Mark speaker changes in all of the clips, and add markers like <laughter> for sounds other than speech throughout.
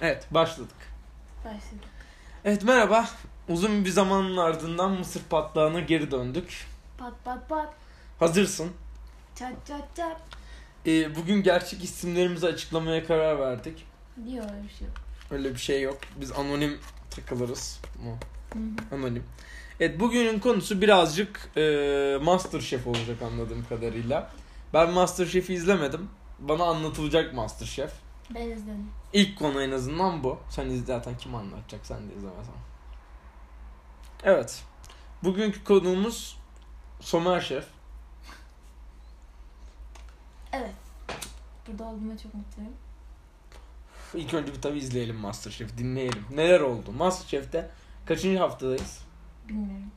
Speaker 1: Evet başladık.
Speaker 2: Başladık.
Speaker 1: Evet merhaba. Uzun bir zamanın ardından mısır patlağına geri döndük.
Speaker 2: Pat pat pat.
Speaker 1: Hazırsın.
Speaker 2: Çat çat çat.
Speaker 1: Ee, bugün gerçek isimlerimizi açıklamaya karar verdik.
Speaker 2: Diyor öyle bir şey.
Speaker 1: Öyle bir şey yok. Biz anonim takılırız. Mu? Anonim. Evet bugünün konusu birazcık e, Masterchef olacak anladığım kadarıyla. Ben Masterchef'i izlemedim. Bana anlatılacak Masterchef.
Speaker 2: Ben izledim.
Speaker 1: İlk konu en azından bu. Sen iz- zaten kim anlatacak sen de izlemesen. Evet. Bugünkü konuğumuz Somer Şef.
Speaker 2: Evet. Burada olduğuma çok mutluyum.
Speaker 1: İlk önce bir tabi izleyelim Masterchef dinleyelim. Neler oldu? Masterchef'te kaçıncı haftadayız?
Speaker 2: Bilmiyorum.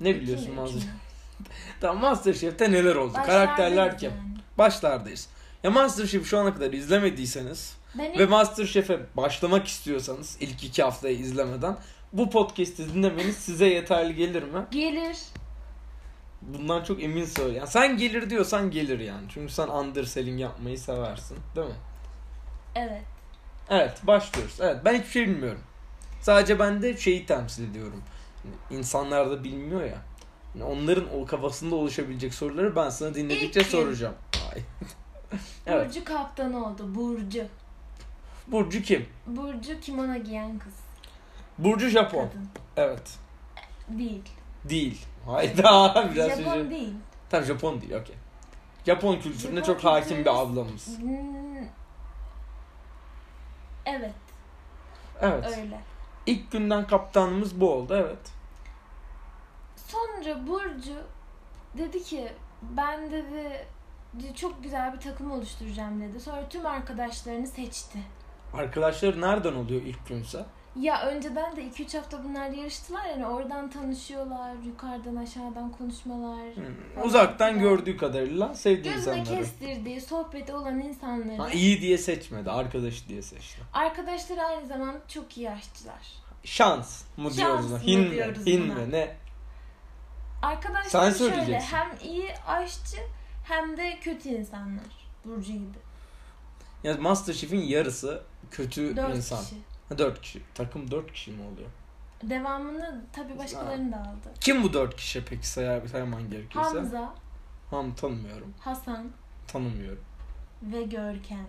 Speaker 1: Ne
Speaker 2: İki
Speaker 1: biliyorsun
Speaker 2: mi,
Speaker 1: Masterchef?
Speaker 2: üç mü?
Speaker 1: Tamam Masterchef'te neler oldu?
Speaker 2: Başlardayız
Speaker 1: Karakterler kim?
Speaker 2: yani.
Speaker 1: Başlardayız. Ya Masterchef şu ana kadar izlemediyseniz
Speaker 2: Ben
Speaker 1: ve
Speaker 2: ilk,
Speaker 1: Masterchef'e başlamak istiyorsanız ilk iki haftayı izlemeden bu podcast'i dinlemeniz size yeterli gelir mi?
Speaker 2: gelir.
Speaker 1: Bundan çok emin söyle. Yani sen gelir diyorsan gelir yani. Çünkü sen underselling yapmayı seversin. Değil mi?
Speaker 2: Evet.
Speaker 1: Evet başlıyoruz. Evet ben hiçbir şey bilmiyorum. Sadece ben de şeyi temsil ediyorum. Yani İnsanlar da bilmiyor ya. Yani onların o kafasında oluşabilecek soruları ben sana dinledikçe
Speaker 2: İlk kim?
Speaker 1: soracağım. Ay. evet.
Speaker 2: Burcu kaptanı oldu. Burcu.
Speaker 1: Burcu kim?
Speaker 2: Burcu kimono giyen kız.
Speaker 1: Burcu Japon.
Speaker 2: Kadın.
Speaker 1: Evet.
Speaker 2: Değil.
Speaker 1: Değil. Hayda <laughs> biraz
Speaker 2: Japon
Speaker 1: Japon
Speaker 2: değil.
Speaker 1: Tam Japon değil okey. Japon kültürüne
Speaker 2: Japon
Speaker 1: çok hakim bir
Speaker 2: kültürü-
Speaker 1: ablamız.
Speaker 2: Hmm. Evet,
Speaker 1: Evet.
Speaker 2: öyle.
Speaker 1: İlk günden kaptanımız bu oldu evet.
Speaker 2: Sonra Burcu dedi ki ben dedi çok güzel bir takım oluşturacağım dedi. Sonra tüm arkadaşlarını seçti.
Speaker 1: Arkadaşlar nereden oluyor ilk günse?
Speaker 2: Ya önceden de 2-3 hafta bunlar yarıştılar yani oradan tanışıyorlar, yukarıdan aşağıdan konuşmalar.
Speaker 1: Hmm, Uzaktan gördüğü kadarıyla sevdiği
Speaker 2: Gözüne
Speaker 1: insanları.
Speaker 2: kestirdiği, sohbeti olan insanları.
Speaker 1: Ha, iyi diye seçmedi, arkadaş diye seçti.
Speaker 2: Arkadaşları aynı zamanda çok iyi aşçılar.
Speaker 1: Şans mı
Speaker 2: Şans
Speaker 1: diyoruz?
Speaker 2: mı
Speaker 1: Hin mi?
Speaker 2: diyoruz
Speaker 1: Hin
Speaker 2: buna?
Speaker 1: mi? Ne?
Speaker 2: Arkadaşlar
Speaker 1: Sen
Speaker 2: şöyle
Speaker 1: söyleyeceksin.
Speaker 2: hem iyi aşçı hem de kötü insanlar. Burcu gibi.
Speaker 1: Yani Masterchef'in yarısı kötü
Speaker 2: Dört
Speaker 1: insan.
Speaker 2: kişi.
Speaker 1: Ha, dört kişi. Takım dört kişi mi oluyor?
Speaker 2: Devamını tabii başkalarını da aldı.
Speaker 1: Kim bu dört kişi peki sayar sayman gerekirse?
Speaker 2: Hamza,
Speaker 1: Ham tanımıyorum.
Speaker 2: Hasan
Speaker 1: Tanımıyorum.
Speaker 2: ve Görkem.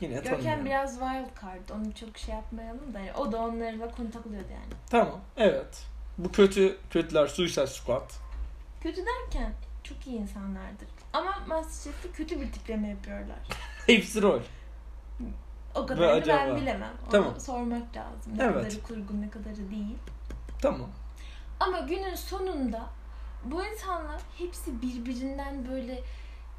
Speaker 1: Yine tanımıyorum.
Speaker 2: Görkem biraz wild card. Onu çok şey yapmayalım da. yani o da onlarla konu takılıyordu yani.
Speaker 1: Tamam. Evet. Bu kötü kötüler Suicide Squad. <laughs>
Speaker 2: Kötü derken çok iyi insanlardır. Ama Masterchef'te kötü bir tipleme yapıyorlar.
Speaker 1: Hepsi rol.
Speaker 2: O kadarını
Speaker 1: acaba-
Speaker 2: ben bilemem. Onu
Speaker 1: Tamam.
Speaker 2: sormak lazım. Ne
Speaker 1: Evet.
Speaker 2: kadarı kurgu ne kadarı değil.
Speaker 1: Tamam.
Speaker 2: Ama günün sonunda bu insanlar hepsi birbirinden böyle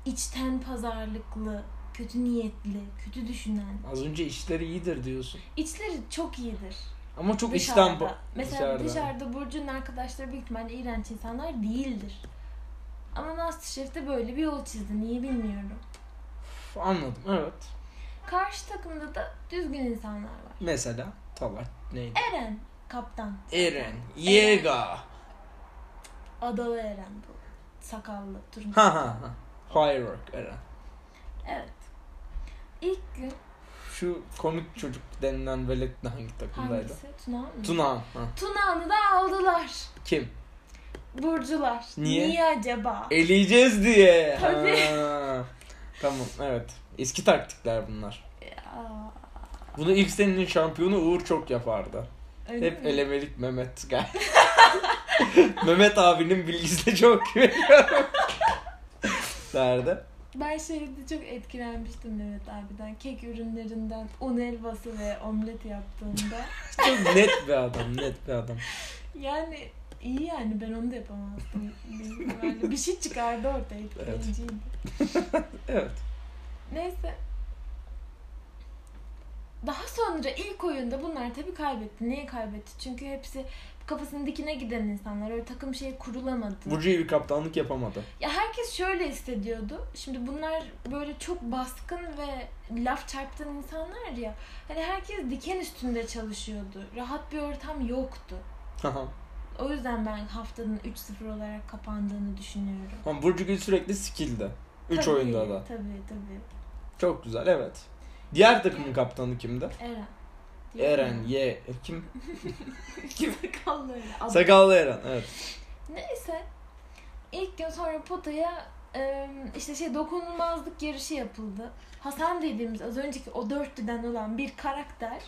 Speaker 2: içten pazarlıklı, kötü niyetli, kötü düşünen.
Speaker 1: Az önce işleri iyidir diyorsun.
Speaker 2: İçleri çok iyidir.
Speaker 1: Ama çok
Speaker 2: Dışarıda.
Speaker 1: işten ba-
Speaker 2: Mesela dışarıda. Burcu'nun arkadaşları büyük ihtimalle iğrenç insanlar değildir. Ama Masterchef'te böyle bir yol çizdi. Niye bilmiyorum.
Speaker 1: Üf, Anladım evet.
Speaker 2: Karşı takımda da düzgün insanlar var.
Speaker 1: Mesela Talat neydi?
Speaker 2: Eren kaptan.
Speaker 1: Eren. Yega.
Speaker 2: Adalı Eren bu. Sakallı. Turuncu.
Speaker 1: Ha ha ha. Firework Eren.
Speaker 2: Evet. İlk gün
Speaker 1: Şu komik çocuk denilen velet de hangi takımdaydı?
Speaker 2: hangisi? Tuna mı?
Speaker 1: Tuna. Ha.
Speaker 2: Tuna'nı da aldılar.
Speaker 1: Kim?
Speaker 2: Burcular.
Speaker 1: Niye? E
Speaker 2: acaba?
Speaker 1: Eleyeceğiz diye.
Speaker 2: Tabii.
Speaker 1: Ha. Tamam evet. Eski taktikler bunlar.
Speaker 2: Aa,
Speaker 1: Bunu ilk senenin şampiyonu Uğur çok yapardı.
Speaker 2: öyle
Speaker 1: Hep
Speaker 2: mi?
Speaker 1: elemelik Mehmet gel. <laughs> Mehmet abinin bilgisine çok güveniyorum. <laughs> Derdi.
Speaker 2: Ben şeyde çok etkilenmiştim Mehmet abiden. Kek ürünlerinden un helvası ve omlet yaptığında.
Speaker 1: Çok net bir adam, net bir adam.
Speaker 2: yani iyi yani ben onu da yapamazdım. Büyük ihtimalle. bir şey çıkardı ortaya etkileyiciydi.
Speaker 1: Evet.
Speaker 2: Neyse. Daha sonra ilk oyunda bunlar tabii kaybetti. Niye kaybetti? Çünkü hepsi kafasının dikine giden insanlar. Öyle takım şey kurulamadı.
Speaker 1: Burcu iyi bir kaptanlık yapamadı.
Speaker 2: Ya herkes şöyle hissediyordu. Şimdi bunlar böyle çok baskın ve laf çarptan insanlar ya. Hani herkes diken üstünde çalışıyordu. Rahat bir ortam yoktu.
Speaker 1: Haha.
Speaker 2: O yüzden ben haftanın 3-0 olarak kapandığını düşünüyorum.
Speaker 1: Ama Burcu Gül sürekli skill'di. 3
Speaker 2: Tabii,
Speaker 1: oyunda da.
Speaker 2: Tabii tabii.
Speaker 1: Çok güzel evet. Diğer takımın kaptanı kimdi?
Speaker 2: Eren. Değil mi?
Speaker 1: Eren Y. E, Kim?
Speaker 2: Sakallı Eren. Adam.
Speaker 1: Sakallı Eren. Evet.
Speaker 2: Neyse. İlk gün sonra potaya e, işte şey dokunulmazlık yarışı yapıldı. Hasan dediğimiz az önceki o dörtlüden olan bir karakter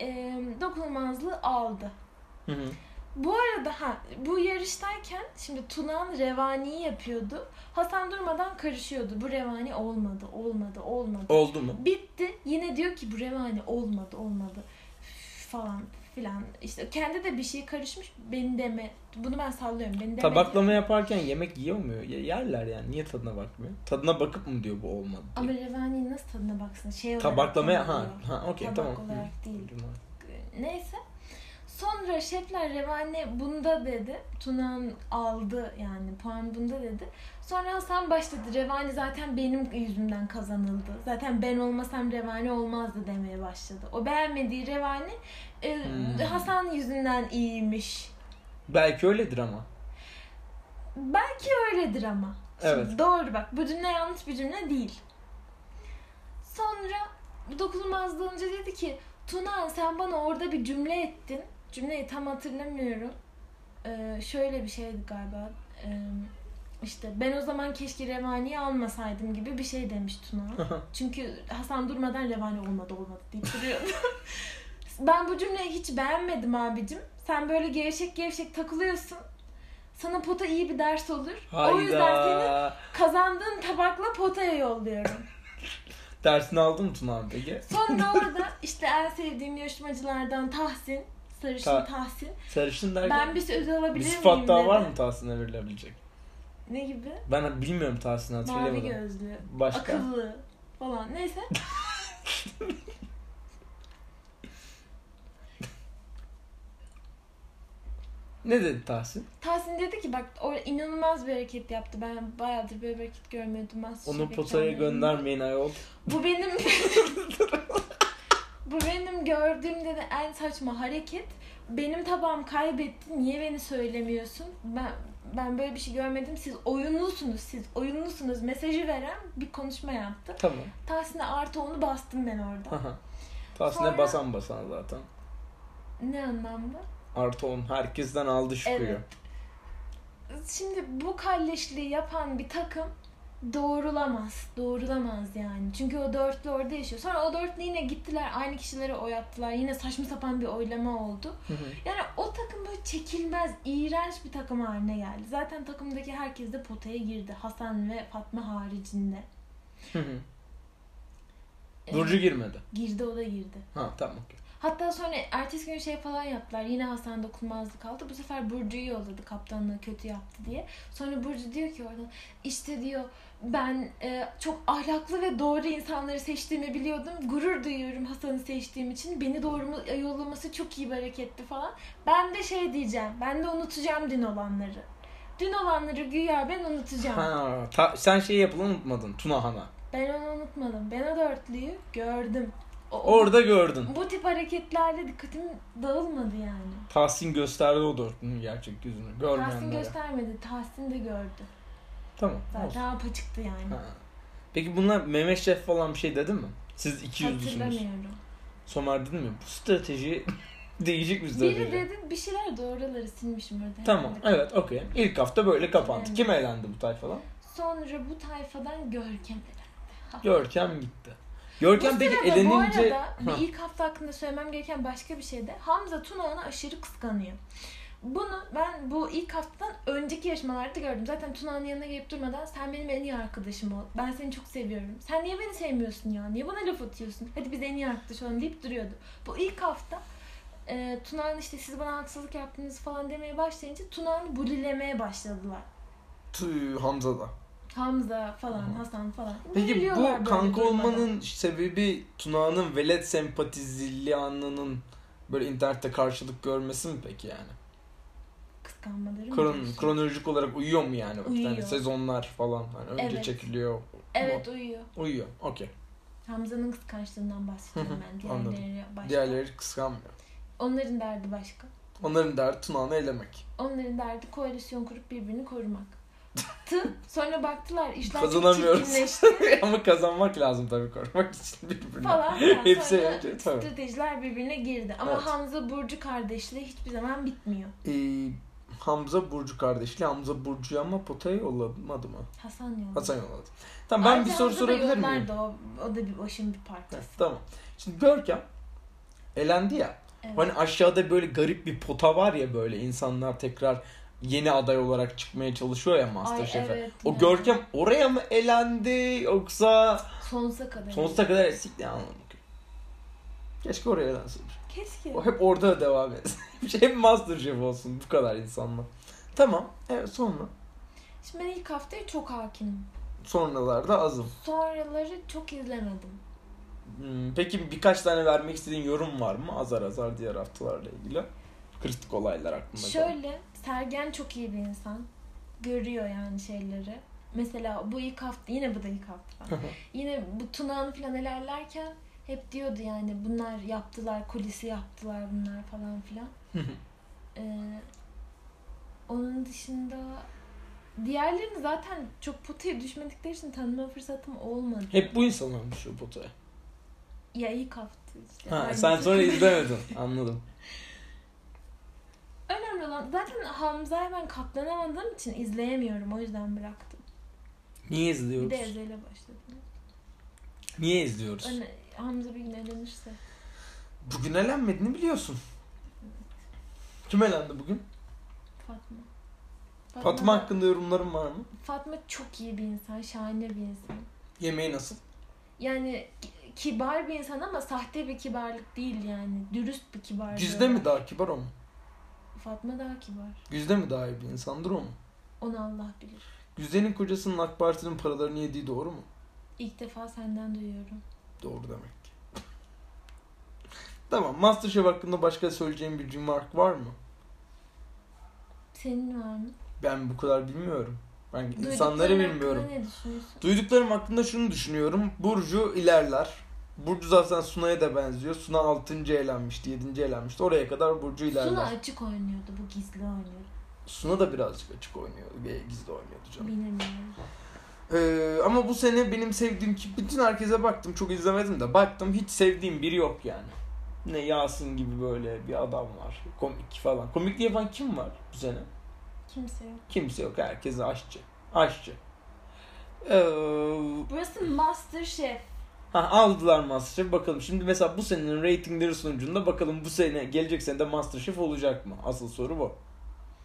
Speaker 2: e, dokunulmazlığı aldı.
Speaker 1: Hı hı.
Speaker 2: arada ha, bu yarıştayken şimdi Tunan revaniyi yapıyordu. Hasan durmadan karışıyordu. Bu revani olmadı, olmadı, olmadı.
Speaker 1: Oldu mu?
Speaker 2: Bitti. Yine diyor ki bu revani olmadı, olmadı Üf, falan filan. İşte kendi de bir şey karışmış. Beni deme. Bunu ben sallıyorum. Beni deme.
Speaker 1: Tabaklama yaparken yemek yiyemiyor. Ya- Yerler yani. Niye tadına bakmıyor? Tadına bakıp mı diyor bu olmadı? diye?
Speaker 2: Ama revani nasıl tadına baksın? Şey olarak
Speaker 1: Tabaklamaya ha
Speaker 2: kullanılıyor.
Speaker 1: ha okey
Speaker 2: Tabak
Speaker 1: tamam.
Speaker 2: olarak
Speaker 1: Hı.
Speaker 2: değil. Neyse. Sonra şefler revane bunda dedi. Tunan aldı yani puan bunda dedi. Sonra Hasan başladı. Revani zaten benim yüzümden kazanıldı. Zaten ben olmasam revani olmazdı demeye başladı. O beğenmediği revani e,
Speaker 1: Hmm.
Speaker 2: Hasan yüzünden iyiymiş.
Speaker 1: Belki öyledir ama.
Speaker 2: Belki öyledir ama. Şimdi
Speaker 1: Evet.
Speaker 2: doğru bak. Bu cümle yanlış bir cümle değil. Sonra bu dokunulmazlığı önce dedi ki Tuna sen bana orada bir cümle ettin. Cümleyi tam hatırlamıyorum. Ee, şöyle bir şeydi galiba. Ee, işte ben o zaman keşke revaniyi almasaydım gibi bir şey demiş Tuna. Çünkü Hasan durmadan revani olmadı olmadı deyip duruyordu. <laughs> ben bu cümleyi hiç beğenmedim abicim. Sen böyle gevşek gevşek takılıyorsun. Sana pota iyi bir ders olur. O yüzden seni
Speaker 1: Hayda.
Speaker 2: kazandığın tabakla potaya yolluyorum.
Speaker 1: Dersini aldın mı Tuna abi peki?
Speaker 2: Sonra orada işte en sevdiğim yarışmacılardan Tahsin, sarışın
Speaker 1: Ta-
Speaker 2: Tahsin.
Speaker 1: Sarışın derken
Speaker 2: Ben bir söz alabilir
Speaker 1: bir
Speaker 2: miyim
Speaker 1: sıfat daha
Speaker 2: dedi.
Speaker 1: var mı Tahsin'e verilebilecek?
Speaker 2: Ne gibi?
Speaker 1: Ben bilmiyorum Tahsin'i
Speaker 2: Mavi
Speaker 1: hatırlayamadım.
Speaker 2: gözlü,
Speaker 1: Başka?
Speaker 2: akıllı falan. Neyse.
Speaker 1: Ne dedi Tahsin?
Speaker 2: Tahsin dedi ki bak o inanılmaz bir hareket yaptı. Ben bayağıdır böyle bir hareket görmüyordum. Master
Speaker 1: Onu
Speaker 2: Chef
Speaker 1: potaya
Speaker 2: ekranlarında.
Speaker 1: göndermeyin ayol.
Speaker 2: Bu benim <laughs> Bu benim gördüğümde de en saçma hareket. Benim tabağım kaybetti. Niye beni söylemiyorsun? Ben ben böyle bir şey görmedim. Siz oyunlusunuz. Siz oyunlusunuz mesajı veren bir konuşma yaptı.
Speaker 1: Tamam.
Speaker 2: Tahsin'e artı onu bastım ben orada.
Speaker 1: Aha. Tahsin'e
Speaker 2: Sonra-
Speaker 1: basan basan zaten.
Speaker 2: ne anlamda?
Speaker 1: Artı 10. Herkesten aldı şükrüyor.
Speaker 2: Evet. Şimdi bu kalleşliği yapan bir takım doğrulamaz. Doğrulamaz yani. Çünkü o dörtlü orada yaşıyor. Sonra o dörtlü yine gittiler aynı kişilere oy attılar. Yine saçma sapan bir oylama oldu.
Speaker 1: Hı hı.
Speaker 2: Yani o takım böyle çekilmez, iğrenç bir takım haline geldi. Zaten takımdaki herkes de potaya girdi. Hasan ve Fatma haricinde.
Speaker 1: Hı hı.
Speaker 2: Ee,
Speaker 1: Burcu girmedi.
Speaker 2: girdi o da girdi.
Speaker 1: Ha tamam okey.
Speaker 2: Hatta sonra ertesi gün şey falan yaptılar. Yine Hasan dokunmazlık aldı. Bu sefer Burcu'yu yolladı kaptanlığı kötü yaptı diye. Sonra Burcu diyor ki oradan işte diyor ben e, çok ahlaklı ve doğru insanları seçtiğimi biliyordum. Gurur duyuyorum Hasan'ı seçtiğim için. Beni doğru mu- yollaması çok iyi bir hareketti falan. Ben de şey diyeceğim. Ben de unutacağım dün olanları. Dün olanları güya ben unutacağım.
Speaker 1: Ha, ta- sen şeyi yapılan unutmadın. Tuna Han'a.
Speaker 2: Ben onu unutmadım. Ben o dörtlüyü gördüm. O-
Speaker 1: Orada gördün.
Speaker 2: bu tip hareketlerle dikkatim dağılmadı yani.
Speaker 1: Tahsin gösterdi o dörtlünün gerçek yüzünü.
Speaker 2: Tahsin
Speaker 1: Görmeyenlere.
Speaker 2: göstermedi. Tahsin de gördü.
Speaker 1: Tamam. olsun.
Speaker 2: Zaten apaçıktı yani.
Speaker 1: Ha. Peki bunlar Mehmet Şef falan bir şey dedi mi? Siz iki yüzlüsünüz.
Speaker 2: Hatırlamıyorum.
Speaker 1: Somer dedi mi? Bu strateji <laughs> değişik bir strateji.
Speaker 2: Biri dedi bir şeyler doğruları silmişim orada.
Speaker 1: Tamam
Speaker 2: herhalde.
Speaker 1: evet okey. İlk hafta böyle kapandı.
Speaker 2: Evet.
Speaker 1: Kim eğlendi bu tayfadan?
Speaker 2: Sonra bu tayfadan Görkem elendi.
Speaker 1: Görkem gitti. Görkem
Speaker 2: bu
Speaker 1: peki
Speaker 2: sırada bu
Speaker 1: elenince...
Speaker 2: arada
Speaker 1: Ha.
Speaker 2: bir ilk hafta hakkında söylemem gereken başka bir şey de Hamza Tunağan'ı aşırı kıskanıyor. Bunu ben bu ilk haftadan önceki yarışmalarda gördüm. Zaten Tunağan'ın yanına gelip durmadan sen benim en iyi arkadaşım ol. Ben seni çok seviyorum. Sen niye beni sevmiyorsun ya? Niye bana laf atıyorsun? Hadi biz en iyi arkadaş olalım deyip duruyordu. Bu ilk hafta e, Tunağan işte siz bana haksızlık yaptınız falan demeye başlayınca Tunağan'ı bulilemeye başladılar.
Speaker 1: Tüh, Hamza da.
Speaker 2: Hamza falan,
Speaker 1: Hı hı.
Speaker 2: Hasan falan.
Speaker 1: Peki
Speaker 2: Buliliyorlar
Speaker 1: bu
Speaker 2: böyle
Speaker 1: kanka
Speaker 2: durmadan.
Speaker 1: olmanın sebebi Tuna'nın velet sempatizliği anının böyle internette karşılık görmesi mi peki yani?
Speaker 2: kıskanmaları mı
Speaker 1: Kron,
Speaker 2: diyorsun?
Speaker 1: kronolojik olarak uyuyor mu yani? Bak,
Speaker 2: Uyuyor.
Speaker 1: Yani sezonlar falan. Hani önce
Speaker 2: Evet.
Speaker 1: çekiliyor.
Speaker 2: Evet uyuyor.
Speaker 1: Uyuyor. Okey.
Speaker 2: Hamza'nın kıskançlığından bahsediyorum ben.
Speaker 1: Anladım.
Speaker 2: Diğerleri başka.
Speaker 1: Diğerleri kıskanmıyor.
Speaker 2: Onların derdi başka.
Speaker 1: Onların derdi Tuna'nı elemek.
Speaker 2: Onların derdi koalisyon kurup birbirini korumak. yaptı. Sonra baktılar işler çok
Speaker 1: Kazanamıyoruz. <laughs>
Speaker 2: çirkinleşti
Speaker 1: Ama kazanmak lazım tabii korumak için birbirini.
Speaker 2: falan.
Speaker 1: <laughs>
Speaker 2: filan.
Speaker 1: Hepsi
Speaker 2: Sonra
Speaker 1: önce, tabii.
Speaker 2: stratejiler birbirine girdi. Ama
Speaker 1: Evet.
Speaker 2: Hamza Burcu kardeşliği hiçbir zaman bitmiyor.
Speaker 1: Ee, Hamza Burcu kardeşli. Hamza Burcu'yu ama potaya yollamadı mı?
Speaker 2: Hasan yolladı.
Speaker 1: Hasan yolladı. Tamam ben
Speaker 2: Ayrıca
Speaker 1: bir soru
Speaker 2: Hamza da
Speaker 1: sorabilir miyim?
Speaker 2: yollardı O, o da bir başın bir parçası.
Speaker 1: Tamam. Şimdi Görkem elendi ya.
Speaker 2: Evet.
Speaker 1: Hani aşağıda böyle garip bir pota var ya böyle insanlar tekrar yeni aday olarak çıkmaya çalışıyor ya Masterchef'e.
Speaker 2: evet
Speaker 1: O
Speaker 2: ya.
Speaker 1: Görkem oraya mı elendi yoksa
Speaker 2: Sonsuza kadar.
Speaker 1: sonsuza kadar eksik ne anlamı yok. Keşke oraya elenseymiş.
Speaker 2: Keşke.
Speaker 1: O hep orada devam <laughs> etsin. hep Masterchef olsun bu kadar insanla. Tamam. Evet sonra.
Speaker 2: Şimdi ben ilk haftaya çok hakimim.
Speaker 1: Sonralarda azım.
Speaker 2: Sonraları çok izlemedim.
Speaker 1: Hmm, Peki birkaç tane vermek istediğin yorum var mı? Azar azar diğer haftalarla ilgili. Kritik olaylar aklımda. kalan.
Speaker 2: Şöyle Sergen çok iyi bir insan. Görüyor yani şeyleri. Mesela bu ilk hafta yine bu da ilk hafta. yine bu Tuna'nın falan ilerlerken hep diyordu yani bunlar yaptılar kulisi yaptılar bunlar falan filan. Ee, onun dışında diğerlerini zaten çok potaya düşmedikleri için tanıma fırsatım olmadı.
Speaker 1: <laughs> Hep bu insanlar düşüyor potaya.
Speaker 2: Ya ilk hafta işte.
Speaker 1: Ha,
Speaker 2: Aynı şey.
Speaker 1: sen sonra
Speaker 2: takım.
Speaker 1: izlemedin. Anladım.
Speaker 2: <laughs> Önemli olan zaten Hamza'ya ben katlanamadığım için izleyemiyorum. O yüzden bıraktım.
Speaker 1: Niye
Speaker 2: Bir
Speaker 1: izliyoruz?
Speaker 2: de Ezel'e başladım.
Speaker 1: Niye izliyoruz?
Speaker 2: Öne, Hamza bir gün elenirse.
Speaker 1: Bugün elenmediğini biliyorsun. Kim elendi bugün?
Speaker 2: Fatma.
Speaker 1: Fatma hakkında yorumların var mı?
Speaker 2: Fatma çok iyi bir insan. Şahane bir insan.
Speaker 1: Yemeği nasıl?
Speaker 2: Yani ki- kibar bir insan ama sahte bir kibarlık değil yani. Dürüst bir kibarlık.
Speaker 1: Güzde mi daha kibar o mu?
Speaker 2: Fatma daha kibar.
Speaker 1: Güzde mi daha iyi bir insandır o mu?
Speaker 2: Onu Allah bilir.
Speaker 1: Güzde'nin kocasının AK Parti'nin paralarını yediği doğru mu?
Speaker 2: İlk defa senden duyuyorum.
Speaker 1: Doğru demek ki. tamam. Masterchef hakkında başka söyleyeceğim bir remark var mı?
Speaker 2: Senin var mı?
Speaker 1: Ben bu kadar bilmiyorum. Ben insanları
Speaker 2: Duydukların
Speaker 1: bilmiyorum.
Speaker 2: hakkında ne düşünüyorsun?
Speaker 1: Duyduklarım hakkında şunu düşünüyorum. Burcu ilerler. Burcu zaten Suna'ya da benziyor. Suna 6. eğlenmişti, 7. eğlenmişti. Oraya kadar Burcu ilerler.
Speaker 2: Suna
Speaker 1: Suna,
Speaker 2: açık oynuyordu. Bu gizli oynuyordu.
Speaker 1: da birazcık açık oynuyordu. Gizli oynuyordu canım.
Speaker 2: Bilemiyorum.
Speaker 1: Ee, ama bu sene benim sevdiğim ki bütün herkese baktım çok izlemedim de baktım hiç sevdiğim biri yok yani. Ne Yasin gibi böyle bir adam var. Komik falan. Komikli yapan kim var bu sene?
Speaker 2: Kimse yok.
Speaker 1: Kimse yok. Herkes aşçı. Aşçı. Ee,
Speaker 2: Burası Masterchef.
Speaker 1: ha, aldılar Masterchef bakalım. Şimdi mesela bu senenin reytingleri sonucunda bakalım bu sene gelecek sene de Masterchef olacak mı? Asıl soru bu.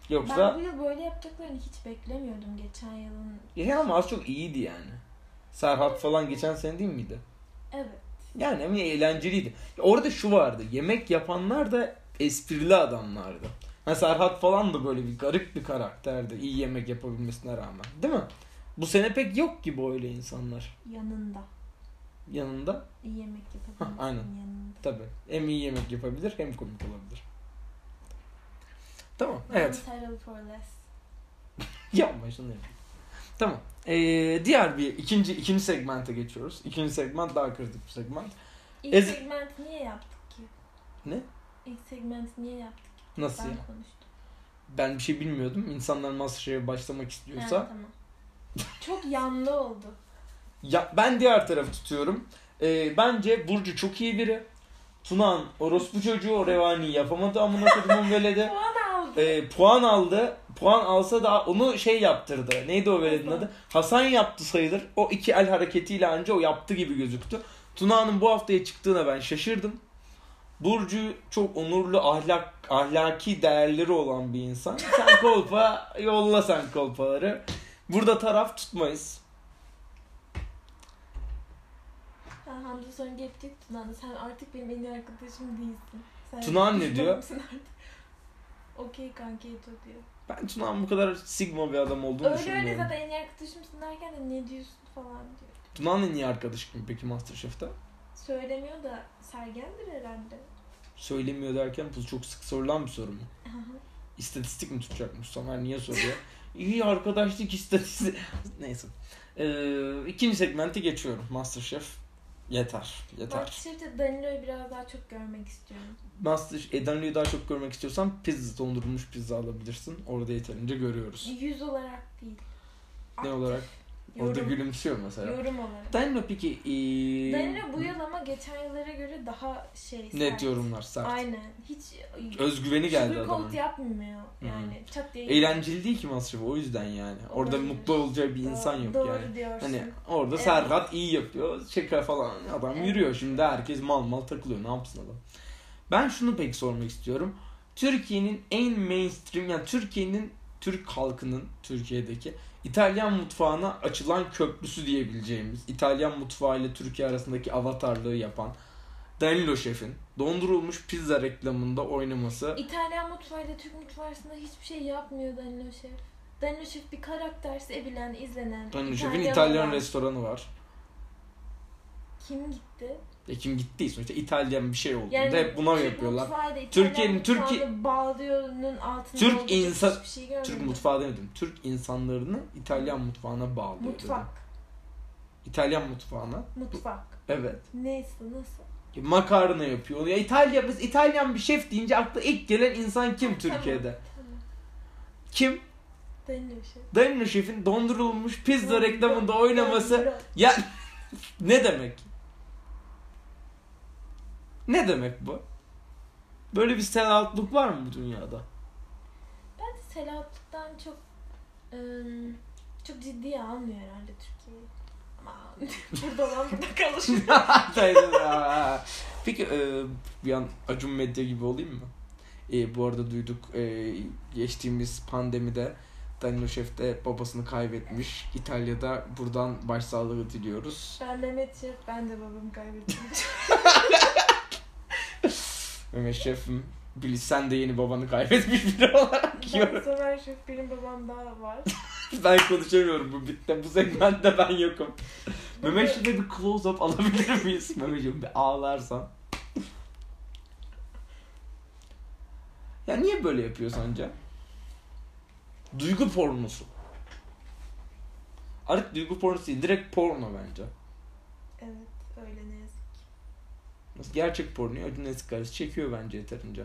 Speaker 1: Yoksa
Speaker 2: Ben bu yıl böyle yapacaklarını hiç beklemiyordum geçen yılın.
Speaker 1: ya ama az çok iyiydi yani. Serhat falan geçen sene değil miydi?
Speaker 2: Evet.
Speaker 1: Yani ama eğlenceliydi. Ya Orada şu vardı. Yemek yapanlar da esprili adamlardı. Ha Serhat falan da böyle bir garip bir karakterdi. iyi yemek yapabilmesine rağmen. Değil mi? Bu sene pek yok gibi öyle insanlar.
Speaker 2: Yanında.
Speaker 1: Yanında
Speaker 2: İyi yemek yapabilirsin
Speaker 1: Hah, aynen.
Speaker 2: yanında.
Speaker 1: tabi hem iyi yemek yapabilir hem komik olabilir. Tamam.
Speaker 2: Evet.
Speaker 1: Evet.
Speaker 2: Settle for less.
Speaker 1: Yapma şunu yap. Tamam. Ee, diğer bir ikinci ikinci segmente geçiyoruz. İkinci segment daha kritik bir segment.
Speaker 2: İlk
Speaker 1: Ez-
Speaker 2: segment niye yaptık ki?
Speaker 1: Ne?
Speaker 2: İlk segment niye yaptık? ki?
Speaker 1: Nasıl
Speaker 2: ben
Speaker 1: ya?
Speaker 2: konuştum.
Speaker 1: Ben bir şey bilmiyordum. İnsanlar Masterchef'e başlamak
Speaker 2: Ha,
Speaker 1: istiyorsa
Speaker 2: tamam. Çok
Speaker 1: <laughs>
Speaker 2: yanlı oldu.
Speaker 1: Ya ben diğer tarafı tutuyorum. Ee, bence Burcu çok iyi biri. Tunan orospu çocuğu o revani yapamadı amına kodumun veledi.
Speaker 2: Puan aldı.
Speaker 1: Ee, puan aldı. Puan alsa da onu şey yaptırdı. Neydi o veledin
Speaker 2: Hasan.
Speaker 1: adı? Hasan yaptı sayılır. O iki el hareketiyle anca o yaptı gibi gözüktü. Tuna'nın bu haftaya çıktığına ben şaşırdım. Burcu çok onurlu, ahlak ahlaki değerleri olan bir insan. Sen kolpa, yolla sen kolpaları. Burada taraf tutmayız.
Speaker 2: Ha, Hamza sonra gelip diyor ki Tuna'nın sen artık benim en iyi arkadaşım değilsin. Sen
Speaker 1: Tuna ne
Speaker 2: düşman
Speaker 1: diyor?
Speaker 2: mısın artık?" <laughs> Okey kanka Eto diyor.
Speaker 1: Ben Tuna'nın bu kadar sigma bir adam olduğunu
Speaker 2: Öyle öyle
Speaker 1: düşünmüyorum.
Speaker 2: zaten en iyi arkadaşımsın derken de ne diyorsun falan diyor.
Speaker 1: Tuna'nın en iyi arkadaşı kim peki Masterchef'te?
Speaker 2: Söylemiyor da sergendir herhalde. <laughs>
Speaker 1: Söylemiyor derken bu çok sık sorulan bir soru mu? İstatistik mi tutacakmış Samer niye
Speaker 2: <laughs>
Speaker 1: soruyor? iyi arkadaşlık istatistik. <laughs> Neyse. Ee, ikinci segmenti geçiyorum. Masterchef yeter.
Speaker 2: Bak
Speaker 1: Yeter.
Speaker 2: şimdi Danilo'yu biraz daha çok görmek istiyorum.
Speaker 1: Master Edanlı'yı daha çok görmek istiyorsan pizza dondurulmuş pizza alabilirsin. Orada yeterince görüyoruz.
Speaker 2: Yüz olarak değil.
Speaker 1: Ne olarak? Orada
Speaker 2: Yorum,
Speaker 1: gülümsüyor mesela.
Speaker 2: yorum olarak.
Speaker 1: Danilo peki ee,
Speaker 2: Danilo bu yıl ama geçen yıllara göre daha şey
Speaker 1: net yorumlar sert.
Speaker 2: Aynen. Hiç
Speaker 1: Özgüveni geldi adamın.
Speaker 2: Sugarcoat yapmıyor yani. Çat diye.
Speaker 1: Eğlenceli değil ki Masterchef o yüzden yani. Orada
Speaker 2: Olabilir.
Speaker 1: mutlu olacağı bir
Speaker 2: Doğru-
Speaker 1: insan yok
Speaker 2: doğru
Speaker 1: yani.
Speaker 2: diyorsun.
Speaker 1: Hani orada
Speaker 2: Evet.
Speaker 1: Serhat iyi yapıyor. Şeker falan adam
Speaker 2: Evet.
Speaker 1: yürüyor. Şimdi herkes mal mal takılıyor. Ne yapsın adam? Ben şunu pek sormak istiyorum. Türkiye'nin en mainstream yani Türkiye'nin Türk halkının Türkiye'deki İtalyan mutfağına açılan köprüsü diyebileceğimiz İtalyan mutfağı ile Türkiye arasındaki avatarlığı yapan Danilo Şef'in dondurulmuş pizza reklamında oynaması
Speaker 2: İtalyan mutfağıyla Türk mutfağı arasında hiçbir şey yapmıyor Danilo Şef. Danilo Şef bir karakter sevilen, izlenen.
Speaker 1: Danilo Şef'in
Speaker 2: İtalyan
Speaker 1: İtalyan
Speaker 2: olan.
Speaker 1: restoranı var.
Speaker 2: Kim gitti?
Speaker 1: E kim gitti sonuçta İtalyan bir şey olduğunda
Speaker 2: Yani
Speaker 1: hep buna
Speaker 2: Türk
Speaker 1: yapıyorlar.
Speaker 2: mutfağı da İtalyan
Speaker 1: Türkiye'nin- Türkiye-
Speaker 2: mutfağını bağlıyor'nun altında
Speaker 1: Türk
Speaker 2: olacak
Speaker 1: insan-
Speaker 2: hiçbir şey görmedim.
Speaker 1: Türk mutfağı demedim. Türk insanlarını İtalyan mutfağına bağlıyor
Speaker 2: Mutfak.
Speaker 1: dedim. İtalyan mutfağına.
Speaker 2: Mutfak.
Speaker 1: Evet.
Speaker 2: Neyse nasıl?
Speaker 1: Makarna yapıyor. Ya İtalya biz İtalyan bir şef deyince akla ilk gelen insan kim
Speaker 2: Ha,
Speaker 1: Türkiye'de?
Speaker 2: Tamam, tamam.
Speaker 1: Kim?
Speaker 2: Danilo Şef.
Speaker 1: Danilo Şef'in dondurulmuş pizza
Speaker 2: Danilo-
Speaker 1: reklamında oynaması.
Speaker 2: Danilo.
Speaker 1: Ya <laughs> ne demek? Ne demek bu? Böyle bir selahlık var mı bu dünyada?
Speaker 2: Ben de Selahattin'den çok ım, çok ciddiye almıyor herhalde Türkiye'yi. Ama <laughs> burada olan burada kalır.
Speaker 1: <laughs> Hayır, ya. Peki e, bir an Acun Medya gibi olayım mı? E, bu arada duyduk e, geçtiğimiz pandemide Danilo Şef de babasını kaybetmiş. İtalya'da buradan başsağlığı diliyoruz.
Speaker 2: Ben Mehmet Şef, ben de babamı kaybettim.
Speaker 1: Mehmet Şef'im bil sen de yeni babanı kaybetmiş biri olarak <laughs>
Speaker 2: ben
Speaker 1: yorum.
Speaker 2: Somer Şef, benim babam daha var.
Speaker 1: Ben konuşamıyorum bu bitti. Bu segmentte ben yokum. Mehmet Şef'e bir close up alabilir miyiz? Mehmet Şef'im bir ağlarsan. Ya niye böyle yapıyor sence? Duygu pornosu. Artık duygu pornosu değil, direkt porno bence.
Speaker 2: Evet, öyle ne yazık.
Speaker 1: Nasıl gerçek pornoyu Acun Eskarız çekiyor bence yeterince.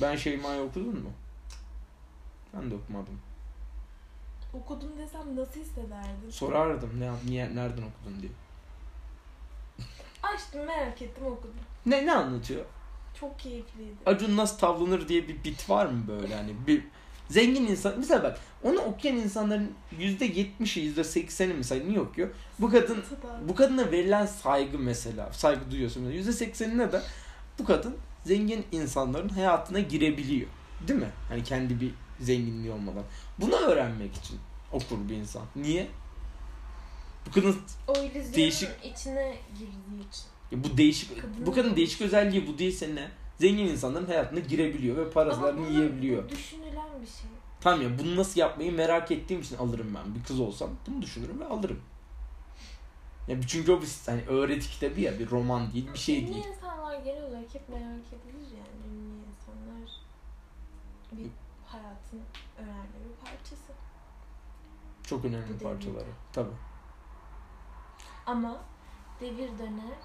Speaker 1: Ben Şeyma'yı okudun mu? Ben de okumadım.
Speaker 2: Okudum desem nasıl hissederdin?
Speaker 1: Sorardım ne yap- niye, nereden okudun diye.
Speaker 2: Açtım, merak ettim, okudum.
Speaker 1: Ne ne anlatıyor?
Speaker 2: Çok keyifliydi.
Speaker 1: Acun nasıl tavlanır diye bir bit var mı böyle hani bir zengin insan mesela bak onu okuyan insanların yüzde yetmişi yüzde sekseni mesela niye okuyor? Bu kadın
Speaker 2: Tıpa.
Speaker 1: bu kadına verilen saygı mesela saygı duyuyorsun mesela yüzde seksenine de bu kadın zengin insanların hayatına girebiliyor değil mi? Hani kendi bir zenginliği olmadan. Bunu öğrenmek için okur bir insan. Niye? Bu kadın
Speaker 2: O illüzyonun
Speaker 1: Değişik-
Speaker 2: içine girdiği için.
Speaker 1: ya bu değişik
Speaker 2: Kadın-
Speaker 1: bu kadın değişik özelliği bu değilse ne? Zengin insanların hayatına girebiliyor ve parasını
Speaker 2: bunu
Speaker 1: yiyebiliyor.
Speaker 2: düşünülen bir şey.
Speaker 1: Tamam ya bunu nasıl yapmayı merak ettiğim için alırım ben. Bir kız olsam bunu düşünürüm ve alırım. Ya çünkü o bir hani öğreti kitabı ya bir roman değil bir şey
Speaker 2: Ünlü
Speaker 1: değil.
Speaker 2: insanlar genel olarak hep merak edilir yani. Ünlü insanlar bir hayatın önemli bir parçası.
Speaker 1: Çok önemli
Speaker 2: Bu
Speaker 1: parçaları. Tabi.
Speaker 2: Ama devir döner,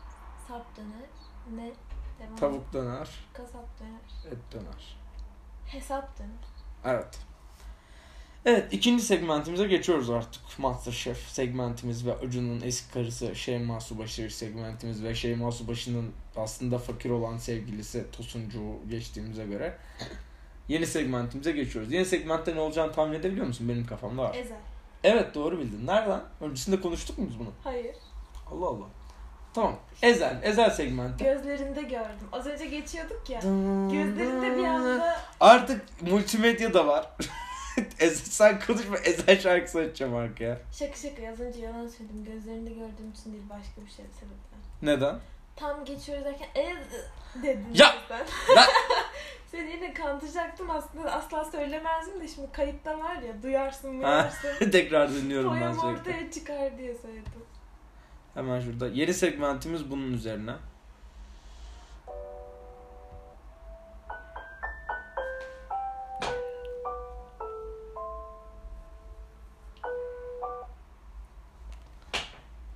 Speaker 2: sap döner, ne devam
Speaker 1: Tavuk döner,
Speaker 2: kasap döner,
Speaker 1: et döner.
Speaker 2: hesap döner.
Speaker 1: Evet. Evet ikinci segmentimize geçiyoruz artık. Masterchef segmentimiz ve Acun'un eski karısı Şeyma Subaşı segmentimiz ve Şeyma Subaşı'nın aslında fakir olan sevgilisi Tosuncu geçtiğimize göre yeni segmentimize geçiyoruz. Yeni segmentte ne olacağını tahmin edebiliyor musun? Benim kafamda var.
Speaker 2: Ezel.
Speaker 1: Evet doğru bildin. Nereden? Öncesinde konuştuk mu biz bunu?
Speaker 2: Hayır.
Speaker 1: Allah Allah. Tamam. Ezel. Ezel segmenti.
Speaker 2: Gözlerinde gördüm. Az önce geçiyorduk ya. Gözlerinde bir anda
Speaker 1: Artık multimedya da var. <laughs> Ezel sen konuşma. Ezel şarkısı açacağım arkaya.
Speaker 2: şaka şaka az önce yalan söyledim. Gözlerinde gördüğüm için değil başka bir şey sebepten.
Speaker 1: Neden?
Speaker 2: Tam geçiyoruz derken e dedim
Speaker 1: Ya!
Speaker 2: ben.
Speaker 1: Lan!
Speaker 2: <laughs> Seni yine kandıracaktım aslında asla söylemezdim de şimdi kayıtta var ya duyarsın
Speaker 1: Ha, <laughs> <laughs>
Speaker 2: duyarsın.
Speaker 1: Tekrar dinliyorum ben
Speaker 2: Poyam
Speaker 1: sürekli.
Speaker 2: ortaya çıkar diye söyledim.
Speaker 1: Hemen şurada. Yeni segmentimiz bunun üzerine.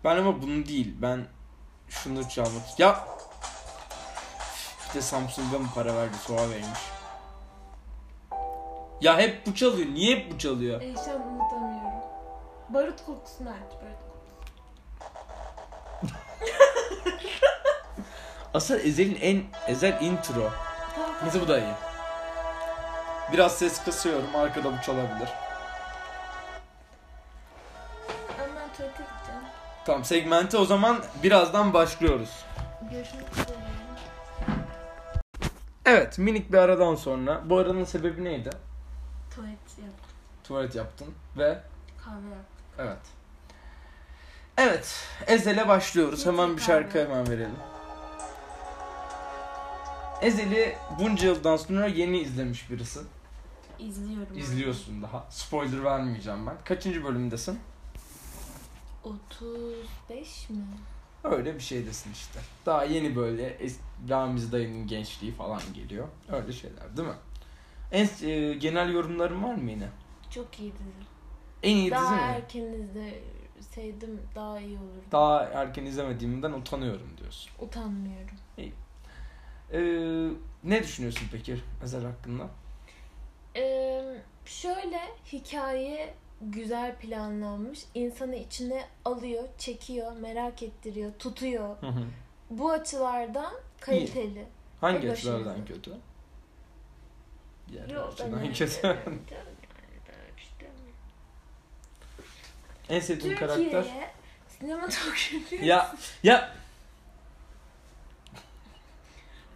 Speaker 1: Ben ama bunu değil. Ben şunu çalmak Ya! Bir de Samsung'a mı para verdi? Soğa vermiş. Ya hep bu çalıyor. Niye hep bu çalıyor?
Speaker 2: E, şu an unutamıyorum. Barut kokusunu aç. Barut kokusu.
Speaker 1: Asıl Ezel'in en Ezel intro.
Speaker 2: Tamam, tamam.
Speaker 1: Neyse bu da iyi. Biraz ses kısıyorum. Arkada bu çalabilir.
Speaker 2: Ama ben tuvalete gideceğim.
Speaker 1: Tamam segmente o zaman birazdan başlıyoruz.
Speaker 2: Görüşmek üzere.
Speaker 1: Evet minik bir aradan sonra. Bu aranın sebebi neydi?
Speaker 2: Tuvalet yap.
Speaker 1: Tuvalet yaptın ve
Speaker 2: Kahve yap.
Speaker 1: evet. Evet Ezel'e başlıyoruz. Hemen bir şarkı hemen verelim. Ezel'i bunca yıldan sonra yeni izlemiş birisi.
Speaker 2: İzliyorum.
Speaker 1: İzliyorsun daha. Spoiler vermeyeceğim ben. Kaçıncı bölümdesin?
Speaker 2: 35 mi?
Speaker 1: Öyle bir şeydesin işte. Daha yeni böyle es- Ramiz dayının gençliği falan geliyor. Öyle şeyler değil mi? En e, genel yorumların var mı yine?
Speaker 2: Çok iyi dizi.
Speaker 1: En iyi dizi
Speaker 2: daha er-
Speaker 1: mi?
Speaker 2: erken izleseydim daha iyi olurdu.
Speaker 1: Daha erken izlemediğimden utanıyorum diyorsun.
Speaker 2: Utanmıyorum.
Speaker 1: E, ne düşünüyorsun peki Ezel hakkında?
Speaker 2: Ee, şöyle hikaye güzel planlanmış. İnsanı içine alıyor, çekiyor, merak ettiriyor, tutuyor. Bu açılardan kaliteli.
Speaker 1: Hangi
Speaker 2: Tek
Speaker 1: açılardan
Speaker 2: başınıza.
Speaker 1: kötü? Diğer
Speaker 2: Yok, ben
Speaker 1: açıdan <laughs>
Speaker 2: öyle
Speaker 1: kötü.
Speaker 2: demiyorum, demiyorum, demiyorum.
Speaker 1: en sevdiğin karakter?
Speaker 2: Türkiye'ye sinematografi
Speaker 1: Ya ya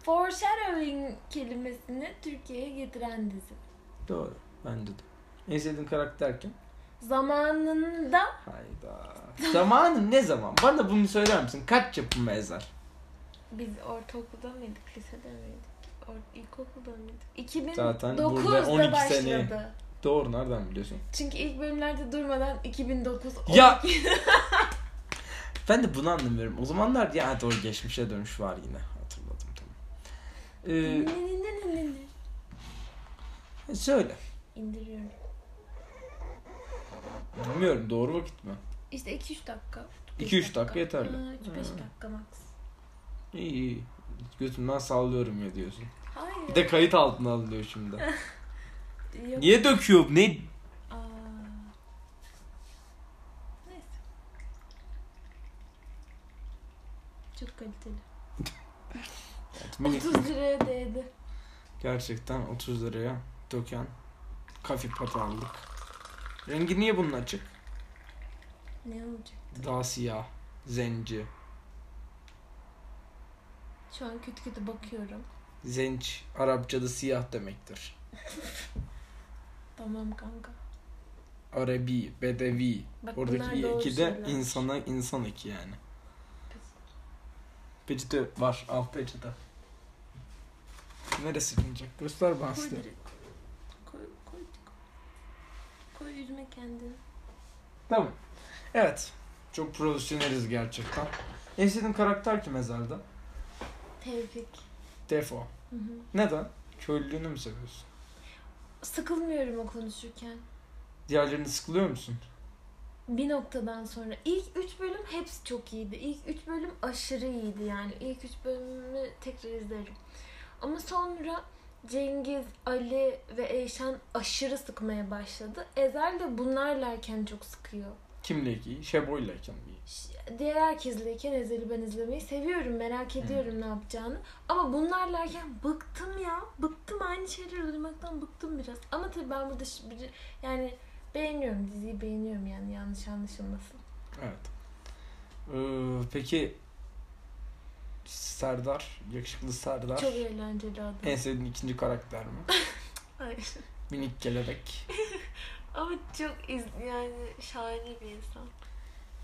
Speaker 2: foreshadowing kelimesini Türkiye'ye getiren dizi.
Speaker 1: doğru bence de. En sevdiğin karakter kim?
Speaker 2: Zamanında <laughs>
Speaker 1: Hayda. Zamanı ne zaman? Bana bunu söyler misin? Kaç yapımı Ezel?
Speaker 2: Biz ortaokulda mıydık, lisede miydik? Or- ilkokulda mıydık?
Speaker 1: Zaten
Speaker 2: 2009'da
Speaker 1: burada 12
Speaker 2: başladı.
Speaker 1: sene. Doğru nereden biliyorsun?
Speaker 2: Çünkü ilk bölümlerde durmadan 2009
Speaker 1: Ya! ben de bunu anlamıyorum. O zamanlar ya doğru geçmişe dönüş var yine. Hatırladım tamam. Ee, söyle.
Speaker 2: İndiriyorum.
Speaker 1: Bilmiyorum doğru vakit mi?
Speaker 2: İşte 2-3 dakika.
Speaker 1: 2-3 dakika yeterli.
Speaker 2: 3-5
Speaker 1: Hmm.
Speaker 2: dakika max.
Speaker 1: İyi iyi. Götümden sallıyorum ya diyorsun.
Speaker 2: Hayır.
Speaker 1: Bir de kayıt altına alınıyor şimdi.
Speaker 2: Yok.
Speaker 1: Niye döküyor? Ne?
Speaker 2: Aa. Neyse. Çok kaliteli.
Speaker 1: Minik
Speaker 2: 30 liraya değdi.
Speaker 1: Gerçekten 30 liraya döken kafi pat aldık. Rengi niye bunun açık?
Speaker 2: Ne olacak?
Speaker 1: Daha siyah, zenci,
Speaker 2: Şu an kötü kötü bakıyorum.
Speaker 1: zenç Arapçada siyah demektir.
Speaker 2: Tamam kanka.
Speaker 1: Arabi, bedevi.
Speaker 2: Bak
Speaker 1: Oradaki
Speaker 2: bunlar doğru
Speaker 1: iki de
Speaker 2: şeyler.
Speaker 1: insana insan iki yani. Peçete var, al peçete. Neresi silinecek? Göster bana
Speaker 2: Koy
Speaker 1: size.
Speaker 2: direkt. Koy, koy, koy üzme kendini.
Speaker 1: Tamam. Evet. Çok profesyoneliz gerçekten. En sevdiğin karakter kim Ezel'de?
Speaker 2: Tevfik.
Speaker 1: Defo.
Speaker 2: Hı hı.
Speaker 1: Neden? Köylülüğünü mü seviyorsun?
Speaker 2: Sıkılmıyorum o konuşurken.
Speaker 1: Diğerlerini sıkılıyor musun?
Speaker 2: Bir noktadan sonra. ilk 3 bölüm hepsi çok iyiydi. İlk 3 bölüm aşırı iyiydi yani. İlk 3 bölümü tekrar izlerim. Ama sonra Cengiz, Ali ve Eyşan aşırı sıkmaya başladı. Ezel de bunlarlayken çok sıkıyor.
Speaker 1: Kimle iyi? Şebo'yla kim iyi?
Speaker 2: Ş- Diğer herkesleyken Ezel'i ben izlemeyi seviyorum. Merak ediyorum ne yapacağını. Ama bunlarlarken bıktım ya. Bıktım aynı şeyleri duymaktan bıktım biraz. Ama tabii ben burada şi- bir, yani beğeniyorum diziyi beğeniyorum yani yanlış anlaşılmasın.
Speaker 1: Evet. Ee, peki Serdar, yakışıklı Serdar.
Speaker 2: Çok eğlenceli adam.
Speaker 1: En sevdiğin ikinci karakter mi?
Speaker 2: Hayır.
Speaker 1: Minik gelerek.
Speaker 2: <laughs> Ama çok iz, yani şahane bir insan.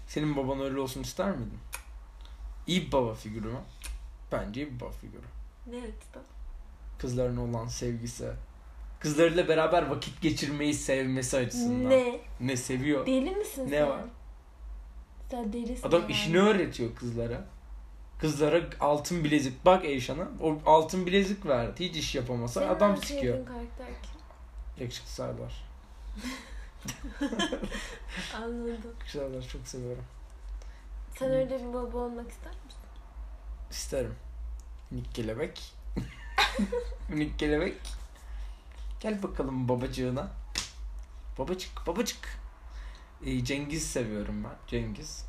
Speaker 1: Senin baban öyle olsun ister miydin? İyi bir baba figürü mü? Bence iyi bir baba figürü.
Speaker 2: Ne açıdan?
Speaker 1: Kızlarına olan sevgisi. Kızlarıyla beraber vakit geçirmeyi sevmesi açısından.
Speaker 2: Ne?
Speaker 1: Ne seviyor.
Speaker 2: Deli misin
Speaker 1: Ne
Speaker 2: sen?
Speaker 1: var?
Speaker 2: Sen delisin
Speaker 1: Adam
Speaker 2: yani.
Speaker 1: işini öğretiyor kızlara. Kızlara altın bilezik. Bak Eyşan'a o altın bilezik verdi. Hiç iş yapamasa
Speaker 2: Senin
Speaker 1: adam
Speaker 2: en sevdiğin
Speaker 1: sikiyor.
Speaker 2: karakter kim?
Speaker 1: Yakışıklı Serdar.
Speaker 2: Anladım.
Speaker 1: Yakışıklı Serdar çok seviyorum.
Speaker 2: Sen öyle bir baba olmak ister misin?
Speaker 1: <laughs> İsterim. Minik kelebek. Minik kelebek. Gel bakalım babacığına. Babacık, babacık. Ee, Cengiz seviyorum ben. Cengiz.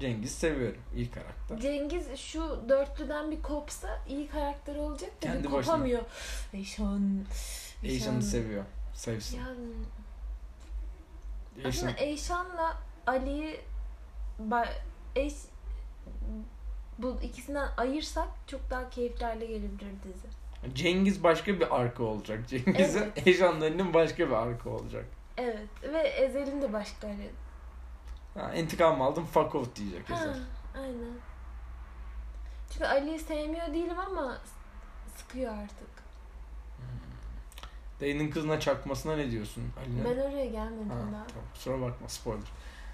Speaker 1: Cengiz seviyorum. İyi karakter.
Speaker 2: Cengiz şu dörtlüden bir kopsa iyi karakter olacak da bir
Speaker 1: Kendi başına.
Speaker 2: kopamıyor. Eyşan.
Speaker 1: Eyşan'ı seviyor. Sevsin.
Speaker 2: Ya,
Speaker 1: Eyşan.
Speaker 2: aslında Eyşan'la Ali'yi ba- Eyş, bu ikisinden ayırsak çok daha keyifli hale gelebilir dizi.
Speaker 1: Cengiz başka bir arka olacak. Cengiz'in
Speaker 2: e-
Speaker 1: <laughs>
Speaker 2: Evet.
Speaker 1: Eyşanlarının başka bir arka olacak.
Speaker 2: Evet ve Ezel'in de başka hali.
Speaker 1: Ha, intikam aldım fuck off diyecek
Speaker 2: Ha,
Speaker 1: Ezel.
Speaker 2: aynen. Çünkü Ali'yi sevmiyor değilim ama sıkıyor artık.
Speaker 1: Dayının kızına çakmasına ne diyorsun? Ali'ne?
Speaker 2: Ben oraya gelmedim daha.
Speaker 1: Ha, tamam. Kusura bakma spoiler.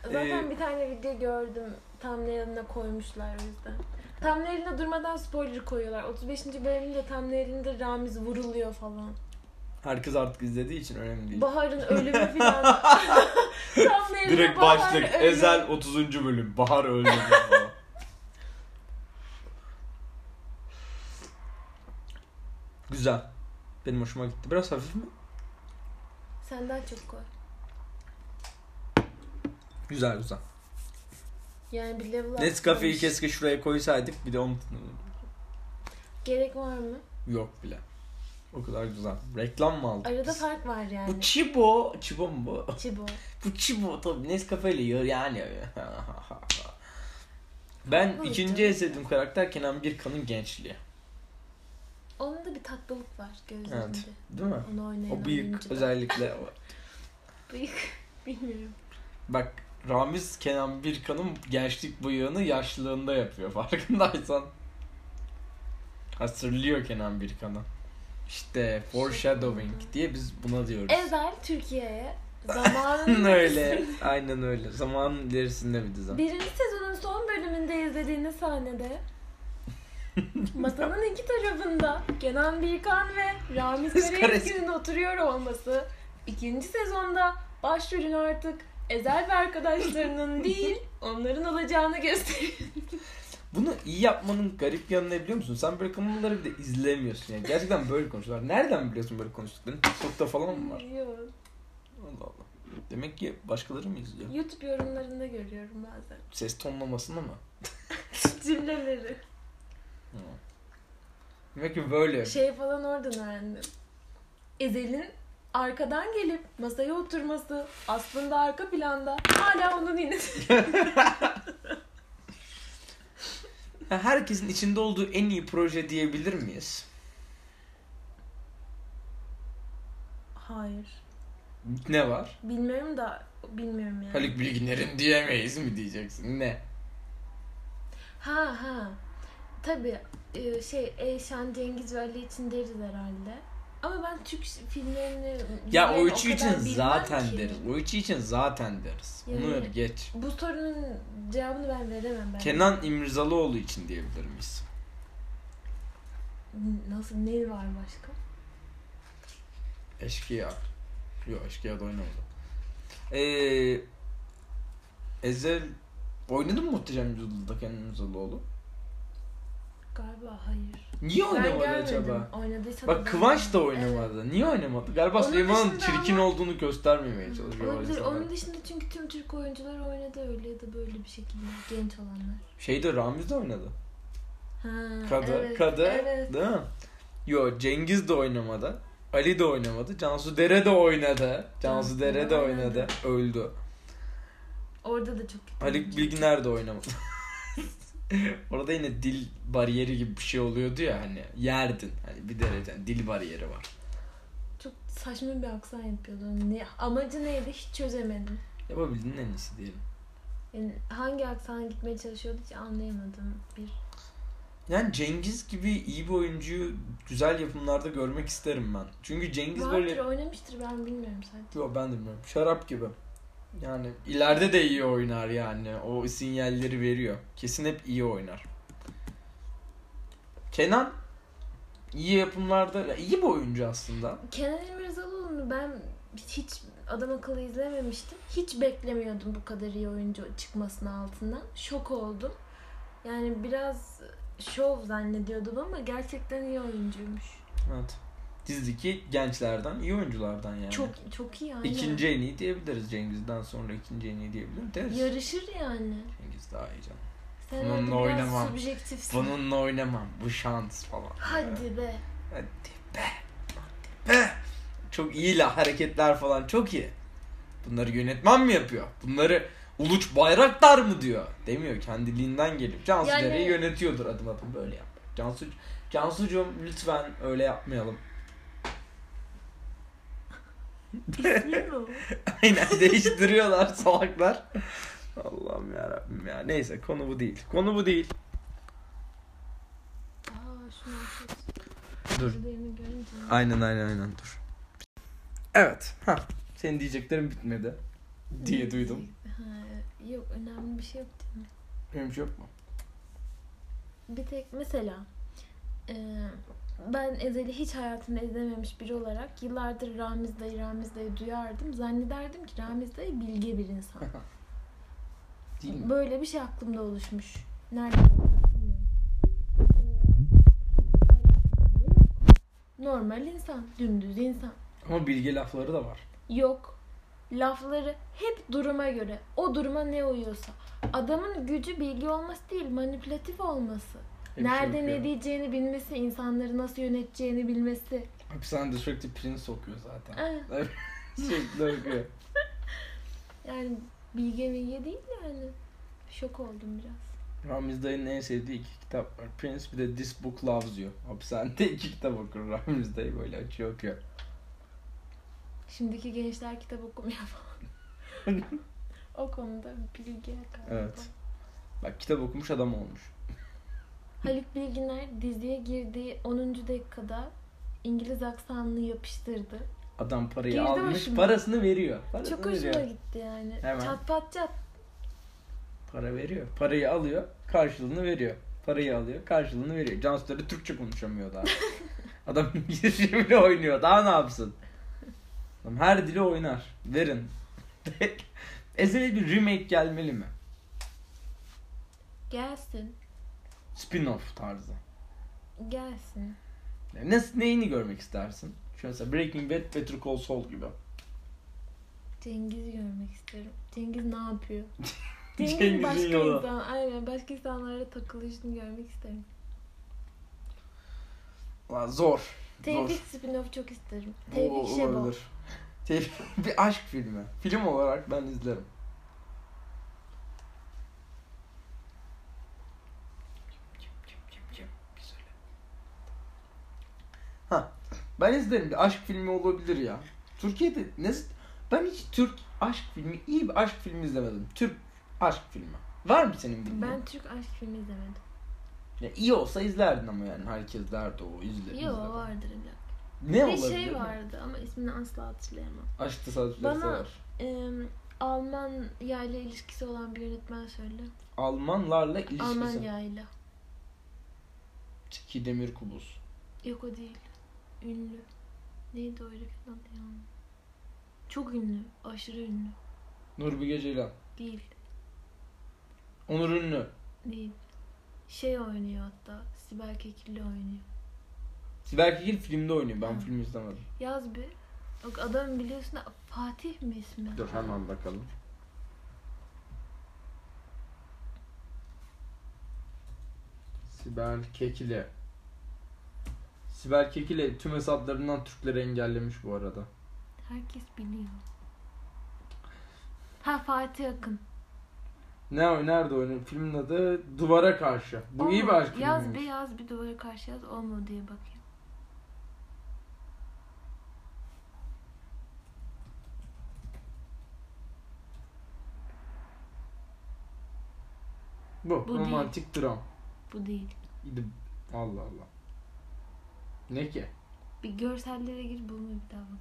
Speaker 2: Zaten
Speaker 1: Ee,
Speaker 2: bir tane video gördüm. Thumbnail'ına koymuşlar o yüzden. Thumbnail'ine durmadan spoiler koyuyorlar. 35. bölümde thumbnail'inde Ramiz vuruluyor falan.
Speaker 1: Herkes artık izlediği için önemli değil.
Speaker 2: Bahar'ın
Speaker 1: <laughs>
Speaker 2: ölümü falan. Thumbnail'de
Speaker 1: Direkt
Speaker 2: Bahar
Speaker 1: başlık.
Speaker 2: ölüm.
Speaker 1: Ezel 30. bölüm. Bahar öldü. Güzel. Benim hoşuma gitti. Biraz hafif mi?
Speaker 2: Senden çok koy.
Speaker 1: Güzel güzel.
Speaker 2: Yani bir level
Speaker 1: Nescafe'yi
Speaker 2: atlamış.
Speaker 1: keşke şuraya koysaydık. Bir de onu...
Speaker 2: Gerek var mı?
Speaker 1: Yok bile. O kadar güzel. Reklam mı aldık?
Speaker 2: Arada
Speaker 1: biz?
Speaker 2: fark var yani.
Speaker 1: Bu Chibo. Chibo mu bu? <laughs>
Speaker 2: Çibo.
Speaker 1: Bu Chibo tabii Nescafe ile yer yani. <laughs> ben
Speaker 2: Haklı
Speaker 1: ikinci
Speaker 2: canım.
Speaker 1: en sevdiğim karakter Kenan Birkan'ın gençliği.
Speaker 2: Onun da bir tatlılık var gözlerinde.
Speaker 1: Evet. Değil mi?
Speaker 2: Onu oynayan
Speaker 1: O bıyık
Speaker 2: oyuncu da.
Speaker 1: özellikle. o-
Speaker 2: Bıyık. <laughs> Bilmiyorum.
Speaker 1: Bak Ramiz Kenan Birkan'ın gençlik bıyığını yaşlılığında yapıyor <laughs> farkındaysan. Hatırlıyor Kenan Birkan'ı. İşte foreshadowing diye biz buna diyoruz. <laughs>
Speaker 2: Ezel Türkiye'ye zamanında
Speaker 1: öyle. Aynen öyle. Zamanın ilerisinde bir dizi.
Speaker 2: Birinci sezonun son bölümünde izlediğiniz sahnede masanın iki tarafında Kenan Birkan ve Ramiz
Speaker 1: Kız
Speaker 2: Karayetkin'in oturuyor olması ikinci sezonda başrolün artık Ezel ve arkadaşlarının değil onların alacağını gösteriyor.
Speaker 1: Bunu iyi yapmanın garip yanı ne biliyor musun? Sen böyle kanalları bir de izlemiyorsun. Yani gerçekten böyle konuşuyorlar. Nereden biliyorsun böyle konuştuklarını? TikTok'ta falan mı var?
Speaker 2: Yok.
Speaker 1: Allah Allah. Demek ki başkaları mı izliyor?
Speaker 2: YouTube yorumlarında görüyorum
Speaker 1: <laughs>
Speaker 2: bazen
Speaker 1: Ses tonlamasını mı?
Speaker 2: cümleleri.
Speaker 1: Hı. Demek ki böyle.
Speaker 2: Şey falan oradan öğrendim. Ezel'in arkadan gelip masaya oturması aslında arka planda hala onun yine
Speaker 1: Ha, Herkesin içinde olduğu en iyi proje diyebilir miyiz?
Speaker 2: Hayır.
Speaker 1: Ne var?
Speaker 2: Bilmiyorum da bilmiyorum yani.
Speaker 1: Haluk Bilginer'in diyemeyiz mi diyeceksin? Ne?
Speaker 2: Ha ha. Tabii e, şey Eyşan Cengiz ve Ali için deriz herhalde. Ama ben Türk filmlerini
Speaker 1: Ya o
Speaker 2: dizilerini
Speaker 1: üçü
Speaker 2: kadar
Speaker 1: için
Speaker 2: bilmem
Speaker 1: zaten
Speaker 2: ki.
Speaker 1: deriz. O üçü için zaten deriz. Onu
Speaker 2: Yani-
Speaker 1: geç.
Speaker 2: Bu sorunun cevabını ben veremem ben.
Speaker 1: Kenan İmirzalıoğlu için diyebilir miyiz?
Speaker 2: N- Nasıl ne var başka?
Speaker 1: Eşkıya. Yok Eşkıya da oynamadı. Ee, Ezel oynadın mı Muhteşem Yüzyıl'da Kenan İmirzalıoğlu?
Speaker 2: Galiba hayır.
Speaker 1: Niye
Speaker 2: ben
Speaker 1: oynamadı
Speaker 2: görmedim.
Speaker 1: acaba?
Speaker 2: Oynadıysa da
Speaker 1: Bak
Speaker 2: ben-
Speaker 1: Kıvanç da oynamadı. Niye oynamadı? Galiba
Speaker 2: Onun
Speaker 1: Süleyman'ın
Speaker 2: dışında
Speaker 1: çirkin
Speaker 2: ama-
Speaker 1: olduğunu göstermemeye çalışıyor. o
Speaker 2: Olabilir.
Speaker 1: yüzden.
Speaker 2: Onun dışında çünkü tüm Türk oyuncular oynadı öyle ya da böyle bir şekilde genç olanlar.
Speaker 1: Şeyde Ramiz de oynadı.
Speaker 2: Ha,
Speaker 1: Kadı,
Speaker 2: evet,
Speaker 1: kadı
Speaker 2: Evet.
Speaker 1: değil mi? Yo Cengiz de oynamadı. Ali de oynamadı. Cansu Dere de oynadı. Cansu
Speaker 2: Cansu
Speaker 1: Dere
Speaker 2: Dere
Speaker 1: de oynadı.
Speaker 2: oynadı.
Speaker 1: Öldü.
Speaker 2: Orada da çok kötü.
Speaker 1: Haluk Bilginer de oynamadı. <laughs> Orada yine dil bariyeri gibi bir şey oluyordu ya hani yerdin. Hani bir derecen dil bariyeri var.
Speaker 2: Çok saçma bir aksan yapıyordu. Ne, amacı neydi hiç çözemedim.
Speaker 1: Yapabildiğin en iyisi diyelim.
Speaker 2: Yani hangi aksan gitmeye çalışıyordu hiç anlayamadım. Bir
Speaker 1: Yani Cengiz gibi iyi bir oyuncuyu güzel yapımlarda görmek isterim ben. Çünkü Cengiz
Speaker 2: vardır
Speaker 1: böyle...
Speaker 2: oynamıştır ben bilmiyorum sadece.
Speaker 1: Yo ben de bilmiyorum. Şarap gibi. Yani ileride de iyi oynar yani. O sinyalleri veriyor. Kesin hep iyi oynar. Kenan iyi yapımlarda ya iyi bir oyuncu aslında.
Speaker 2: Kenan İmirzalıoğlu'nu ben hiç adam akıllı izlememiştim. Hiç beklemiyordum bu kadar iyi oyuncu çıkmasını altından. Şok oldum. Yani biraz şov zannediyordum ama gerçekten iyi oyuncuymuş.
Speaker 1: Evet. dizideki gençlerden, iyi oyunculardan yani.
Speaker 2: Çok çok iyi aynen.
Speaker 1: İkinci en iyi diyebiliriz Cengiz'den sonra ikinci en iyi diyebilirim. Deriz.
Speaker 2: Yarışır yani.
Speaker 1: Cengiz daha iyi canım.
Speaker 2: Sen
Speaker 1: Bununla
Speaker 2: orada biraz
Speaker 1: oynamam.
Speaker 2: subjektifsin.
Speaker 1: Bununla oynamam. Bu şans falan. <laughs>
Speaker 2: Hadi be.
Speaker 1: Hadi be. Hadi be. Çok iyi la hareketler falan çok iyi. Bunları yönetmen mi yapıyor? Bunları Uluç Bayraktar mı diyor? Demiyor kendiliğinden gelip. Cansu
Speaker 2: Yani-
Speaker 1: Dere'yi yönetiyordur adım adım böyle yap. Cansu Cansucuğum lütfen öyle yapmayalım. <laughs>
Speaker 2: Değil mi o?
Speaker 1: Aynen değiştiriyorlar salaklar. Allah'ım ya Rabbim ya. Neyse konu bu değil. Konu bu değil.
Speaker 2: Aa şunu açıyorsun.
Speaker 1: Dur.
Speaker 2: Benim görünce.
Speaker 1: Aynen aynen aynen dur. Evet. Ha. Senin diyeceklerin bitmedi. Diye duydum.
Speaker 2: Ha, yok önemli bir şey yok değil mi?
Speaker 1: Benim bir şey yok mu?
Speaker 2: Bir tek mesela e, ben Ezel'i hiç hayatımda izlememiş biri olarak yıllardır Ramiz dayı Ramiz dayı duyardım. Zannederdim ki Ramiz dayı bilge bir insan.
Speaker 1: Değil mi?
Speaker 2: Böyle bir şey aklımda oluşmuş. Nerede? Bilmiyorum. Ee, Normal insan, dümdüz insan.
Speaker 1: Ama bilgi lafları da var.
Speaker 2: Yok. Lafları hep duruma göre. O duruma ne uyuyorsa. Adamın gücü bilgi olması değil, manipülatif olması.
Speaker 1: Hep
Speaker 2: Nerede
Speaker 1: şey
Speaker 2: ne
Speaker 1: okuyor.
Speaker 2: diyeceğini bilmesi, insanları nasıl yöneteceğini bilmesi.
Speaker 1: Hapishanede sürekli Prince okuyor zaten. <laughs>
Speaker 2: Eh,
Speaker 1: sürekli okuyor.
Speaker 2: Yani bilge bilge değil yani. Şok oldum biraz.
Speaker 1: Ramiz dayının en sevdiği iki kitap var. Prince bir de This Book Loves You. Hapishanede iki kitap okur. <laughs> Ramiz dayı böyle açıyor okuyor.
Speaker 2: Şimdiki gençler kitap okumuyor
Speaker 1: <laughs>
Speaker 2: falan. o konuda bilge galiba.
Speaker 1: Evet. Bak kitap okumuş adam olmuş.
Speaker 2: Haluk Bilginer diziye girdiği 10. dakikada İngiliz aksanını yapıştırdı.
Speaker 1: Adam parayı
Speaker 2: Girdi
Speaker 1: almış
Speaker 2: başıma.
Speaker 1: parasını veriyor. Parasını
Speaker 2: Çok hoşuma
Speaker 1: veriyor.
Speaker 2: gitti yani.
Speaker 1: Hemen.
Speaker 2: Çat pat çat.
Speaker 1: Para veriyor. Parayı alıyor, karşılığını veriyor. Parayı alıyor, karşılığını veriyor. Cansu Dere Türkçe konuşamıyor daha. Adam İngilizce bile oynuyor. Daha ne yapsın? Adam her dili oynar. Verin. <laughs> Ezel'e bir remake gelmeli mi?
Speaker 2: Gelsin.
Speaker 1: Spin-off tarzı.
Speaker 2: Gelsin.
Speaker 1: Yani nasıl, neyini görmek istersin? Şu mesela Breaking Bad, Better Call Saul gibi.
Speaker 2: Cengiz'i görmek isterim. Cengiz ne yapıyor?
Speaker 1: <laughs> Cengiz'in
Speaker 2: Cengiz başka
Speaker 1: yolu.
Speaker 2: insan. Aynen başka insanlara takılışını görmek isterim.
Speaker 1: Ulan zor.
Speaker 2: Tevfik spin-off çok isterim.
Speaker 1: Bu
Speaker 2: Tevfik Şebo.
Speaker 1: olabilir. Tevfik- <laughs> bir aşk filmi. Film olarak ben izlerim. Ha, ben izlerim bir aşk filmi olabilir ya. Türkiye'de ne ben hiç Türk aşk filmi iyi bir aşk filmi izlemedim. Türk aşk filmi. Var mı senin bildiğin?
Speaker 2: Ben Türk aşk filmi izlemedim.
Speaker 1: Ya iyi olsa izlerdin ama yani herkes derdi o izle. izle.
Speaker 2: Yo vardır illa.
Speaker 1: Ne
Speaker 2: Bir
Speaker 1: olabilir?
Speaker 2: şey vardı ama ismini asla hatırlayamam.
Speaker 1: Aşk tesadüfleri
Speaker 2: Bana-
Speaker 1: sever.
Speaker 2: Ee, Alman yayla ilişkisi olan bir yönetmen söyle.
Speaker 1: Almanlarla ilişkisi.
Speaker 2: Alman yayla.
Speaker 1: Çiki Demir Kubus.
Speaker 2: Yok o değil. Ünlü. Neydi o herifin adı ya? Çok ünlü. Aşırı ünlü.
Speaker 1: Nurbi Ceylan.
Speaker 2: Değil.
Speaker 1: Onur Ünlü.
Speaker 2: Değil. Şey oynuyor hatta. Sibel Kekilli oynuyor.
Speaker 1: Sibel Kekil filmde oynuyor. Ben
Speaker 2: Ha.
Speaker 1: film izlemedim.
Speaker 2: Yaz bir. Bak adam biliyorsun da Fatih mi ismi?
Speaker 1: Dur hemen bakalım. Sibel Kekile. Sibel Kekile tüm hesaplarından Türkleri engellemiş bu arada.
Speaker 2: Herkes biliyor. Ha Fatih Akın.
Speaker 1: Ne nerede oynuyor? Filmin adı Duvara Karşı. Bu iyi bir
Speaker 2: Olmadı.
Speaker 1: aşk
Speaker 2: Yaz bir
Speaker 1: filmiymiş.
Speaker 2: yaz bir duvara karşı yaz olmadı diye bakayım.
Speaker 1: Bu,
Speaker 2: Bu değil.
Speaker 1: romantik dram.
Speaker 2: Bu değil.
Speaker 1: İdi. Allah Allah. Ne ki?
Speaker 2: Bir görsellere gir bulma bir daha bakayım.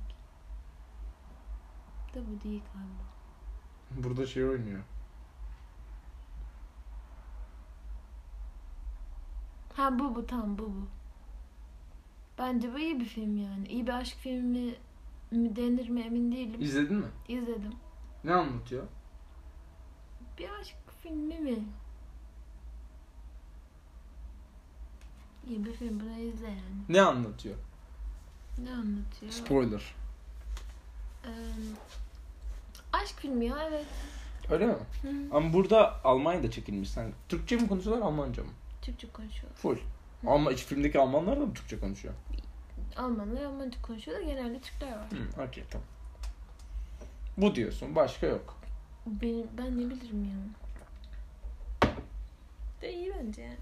Speaker 2: Da bu değil galiba.
Speaker 1: Burada şey oynuyor.
Speaker 2: Ha bu bu tam bu bu. Bence bu iyi bir film yani. İyi bir aşk filmi mi denir mi emin değilim.
Speaker 1: İzledin mi?
Speaker 2: İzledim.
Speaker 1: Ne anlatıyor?
Speaker 2: Bir aşk filmi mi? İyi bir film bunu izle yani.
Speaker 1: Ne anlatıyor?
Speaker 2: Ne anlatıyor?
Speaker 1: Spoiler.
Speaker 2: Ee, aşk filmi ya evet.
Speaker 1: Öyle mi?
Speaker 2: Hı.
Speaker 1: Ama burada Almanya'da çekilmiş. Sen Türkçe mi konuşuyorlar Almanca mı?
Speaker 2: Türkçe konuşuyor.
Speaker 1: Full. Ama iç filmdeki Almanlar da mı Türkçe konuşuyor?
Speaker 2: Almanlar Almanca konuşuyor da genelde Türkler var.
Speaker 1: Hı, okey tamam. Bu diyorsun. Başka yok.
Speaker 2: Benim, ben ne bilirim yani. De iyi bence yani.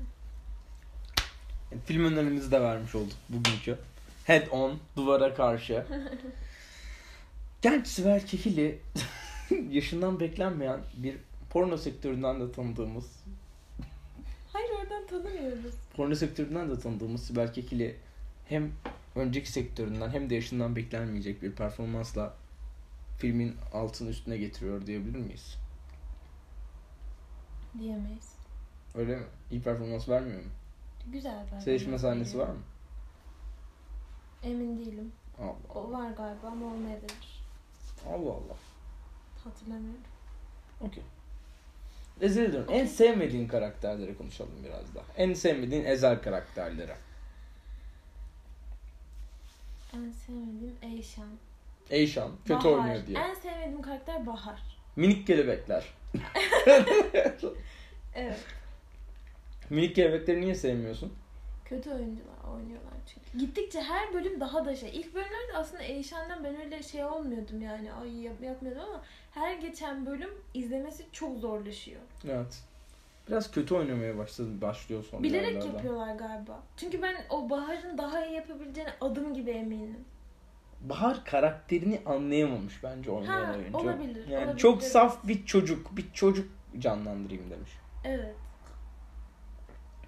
Speaker 1: E, Film önerimizi de vermiş olduk bugünkü. Head on, duvara karşı. Genç Sibel Kekili <laughs> yaşından beklenmeyen bir porno sektöründen de tanıdığımız
Speaker 2: Hayır oradan tanımıyoruz.
Speaker 1: porno sektöründen de tanıdığımız Sibel Kekili hem önceki sektöründen hem de yaşından beklenmeyecek bir performansla filmin altını üstüne getiriyor diyebilir miyiz?
Speaker 2: Diyemeyiz.
Speaker 1: Öyle mi? İyi performans vermiyor mu?
Speaker 2: Güzel bence.
Speaker 1: Sevişme sahnesi var mı?
Speaker 2: Emin değilim.
Speaker 1: Allah
Speaker 2: O var galiba ama olmayabilir.
Speaker 1: Allah. Allah.
Speaker 2: Hatırlamıyorum.
Speaker 1: Okey. Ezel'e dön. En sevmediğin karakterleri konuşalım biraz daha. En sevmediğin Ezel karakterleri.
Speaker 2: En sevmediğim Eyşan.
Speaker 1: Eyşan kötü
Speaker 2: Bahar.
Speaker 1: oynuyor diye.
Speaker 2: En sevmediğim karakter Bahar.
Speaker 1: Minik kelebekler.
Speaker 2: Evet.
Speaker 1: Minik kelebekleri niye sevmiyorsun?
Speaker 2: Kötü oyuncular oynuyorlar çünkü. Gittikçe her bölüm daha da şey. İlk bölümlerde aslında Eyşan'dan ben öyle şey olmuyordum yani. Ay yap- yapmıyordum ama her geçen bölüm izlemesi çok zorlaşıyor.
Speaker 1: Evet. Biraz kötü oynamaya başladı, başlıyor sonra.
Speaker 2: Bilerek
Speaker 1: yerlerden.
Speaker 2: yapıyorlar galiba. Çünkü ben o Bahar'ın daha iyi yapabileceğine adım gibi eminim.
Speaker 1: Bahar karakterini anlayamamış bence oynayan
Speaker 2: Ha,
Speaker 1: oyuncu.
Speaker 2: olabilir,
Speaker 1: Yani
Speaker 2: olabilir.
Speaker 1: çok saf bir çocuk, bir çocuk canlandırayım demiş.
Speaker 2: Evet.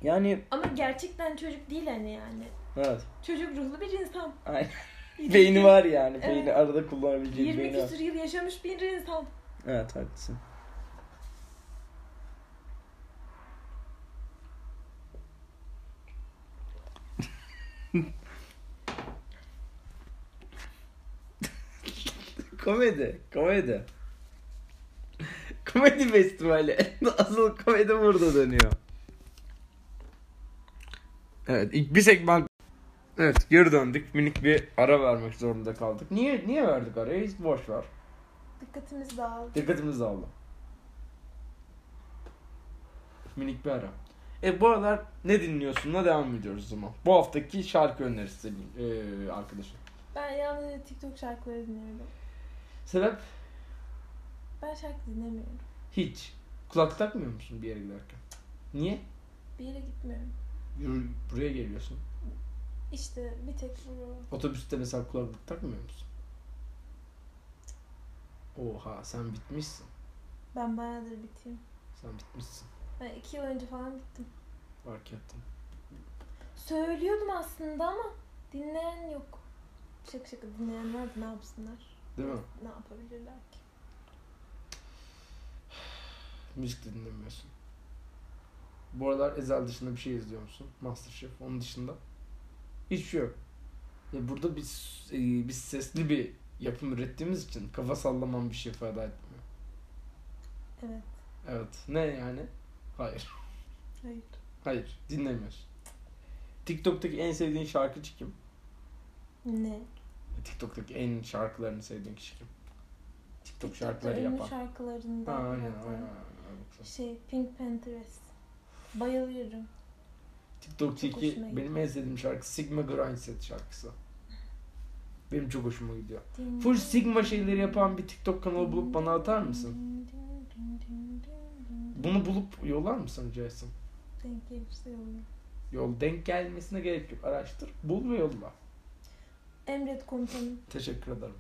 Speaker 1: Yani
Speaker 2: Ama gerçekten çocuk değil hani yani.
Speaker 1: evet.
Speaker 2: Çocuk ruhlu bir insan.
Speaker 1: Aynen. Beyni var yani.
Speaker 2: Evet.
Speaker 1: Beyni arada kullanabileceği
Speaker 2: 20
Speaker 1: bir beyni var.
Speaker 2: küsur yıl yaşamış bir insan.
Speaker 1: Evet haklısın. <laughs> komedi, komedi. Komedi festivali. <laughs> Asıl komedi burada dönüyor. Evet, ilk bir segment Evet, geri döndük. Minik bir ara vermek zorunda kaldık. Niye niye verdik arayı? Hiç boş ver.
Speaker 2: Dikkatimiz dağıldı.
Speaker 1: Dikkatimizi dağıldı. Minik bir ara. E bu aralar ne dinliyorsunla devam ediyoruz o zaman. Bu haftaki şarkı önerisi e, arkadaşım.
Speaker 2: Ben yalnızca TikTok şarkıları dinliyorum.
Speaker 1: Sebep?
Speaker 2: Ben şarkı dinlemiyorum.
Speaker 1: Hiç. Kulak takmıyor musun bir yere giderken? Niye?
Speaker 2: Bir yere gitmiyorum.
Speaker 1: Yürü, buraya geliyorsun.
Speaker 2: İşte bir tek bu-
Speaker 1: Otobüste mesela kulaklık takmıyor musun? Oha sen bitmişsin.
Speaker 2: ben bayağıdır biteyim.
Speaker 1: Sen bitmişsin.
Speaker 2: Ben iki yıl önce falan bittim.
Speaker 1: Fark ettim.
Speaker 2: Söylüyordum aslında ama dinleyen yok. Şaka şaka dinleyen var da ne yapsınlar?
Speaker 1: Değil mi?
Speaker 2: Ne yapabilirler ki?
Speaker 1: Müzik de dinlemiyorsun. Bu aralar Ezel dışında bir şey izliyor musun? Masterchef onun dışında. Hiç şey yok. Ya burada biz e, biz sesli bir yapım ürettiğimiz için kafa sallaman bir şey fayda etmiyor.
Speaker 2: Evet.
Speaker 1: Evet. Ne yani? Hayır.
Speaker 2: Hayır.
Speaker 1: Hayır. Dinlemiyorsun. TikTok'taki en sevdiğin şarkıcı kim?
Speaker 2: Ne?
Speaker 1: TikTok'taki en şarkılarını sevdiğin kişi kim? TikTok
Speaker 2: TikTok'ta
Speaker 1: şarkıları
Speaker 2: ünlü
Speaker 1: yapan. Ha,
Speaker 2: şarkılarından.
Speaker 1: aynen,
Speaker 2: zaten.
Speaker 1: aynen, aynen.
Speaker 2: Şey Pink Panthers. Bayılıyorum. Çok
Speaker 1: TikTok'taki
Speaker 2: hoşuma gitti.
Speaker 1: benim en sevdiğim şarkı Sigma Grindset şarkısı. Benim çok hoşuma gidiyor.
Speaker 2: Din-
Speaker 1: Full Sigma şeyleri yapan bir TikTok kanalı
Speaker 2: Hmm.
Speaker 1: bulup bana atar mısın?
Speaker 2: Din- din- din- din- din- din-
Speaker 1: Bunu bulup yollar mısın Jason?
Speaker 2: Denk gelirse yollayayım.
Speaker 1: Yol denk gelmesine gerek yok. Araştır, bul ve yolla.
Speaker 2: Emret komutanım.
Speaker 1: Teşekkür ederim.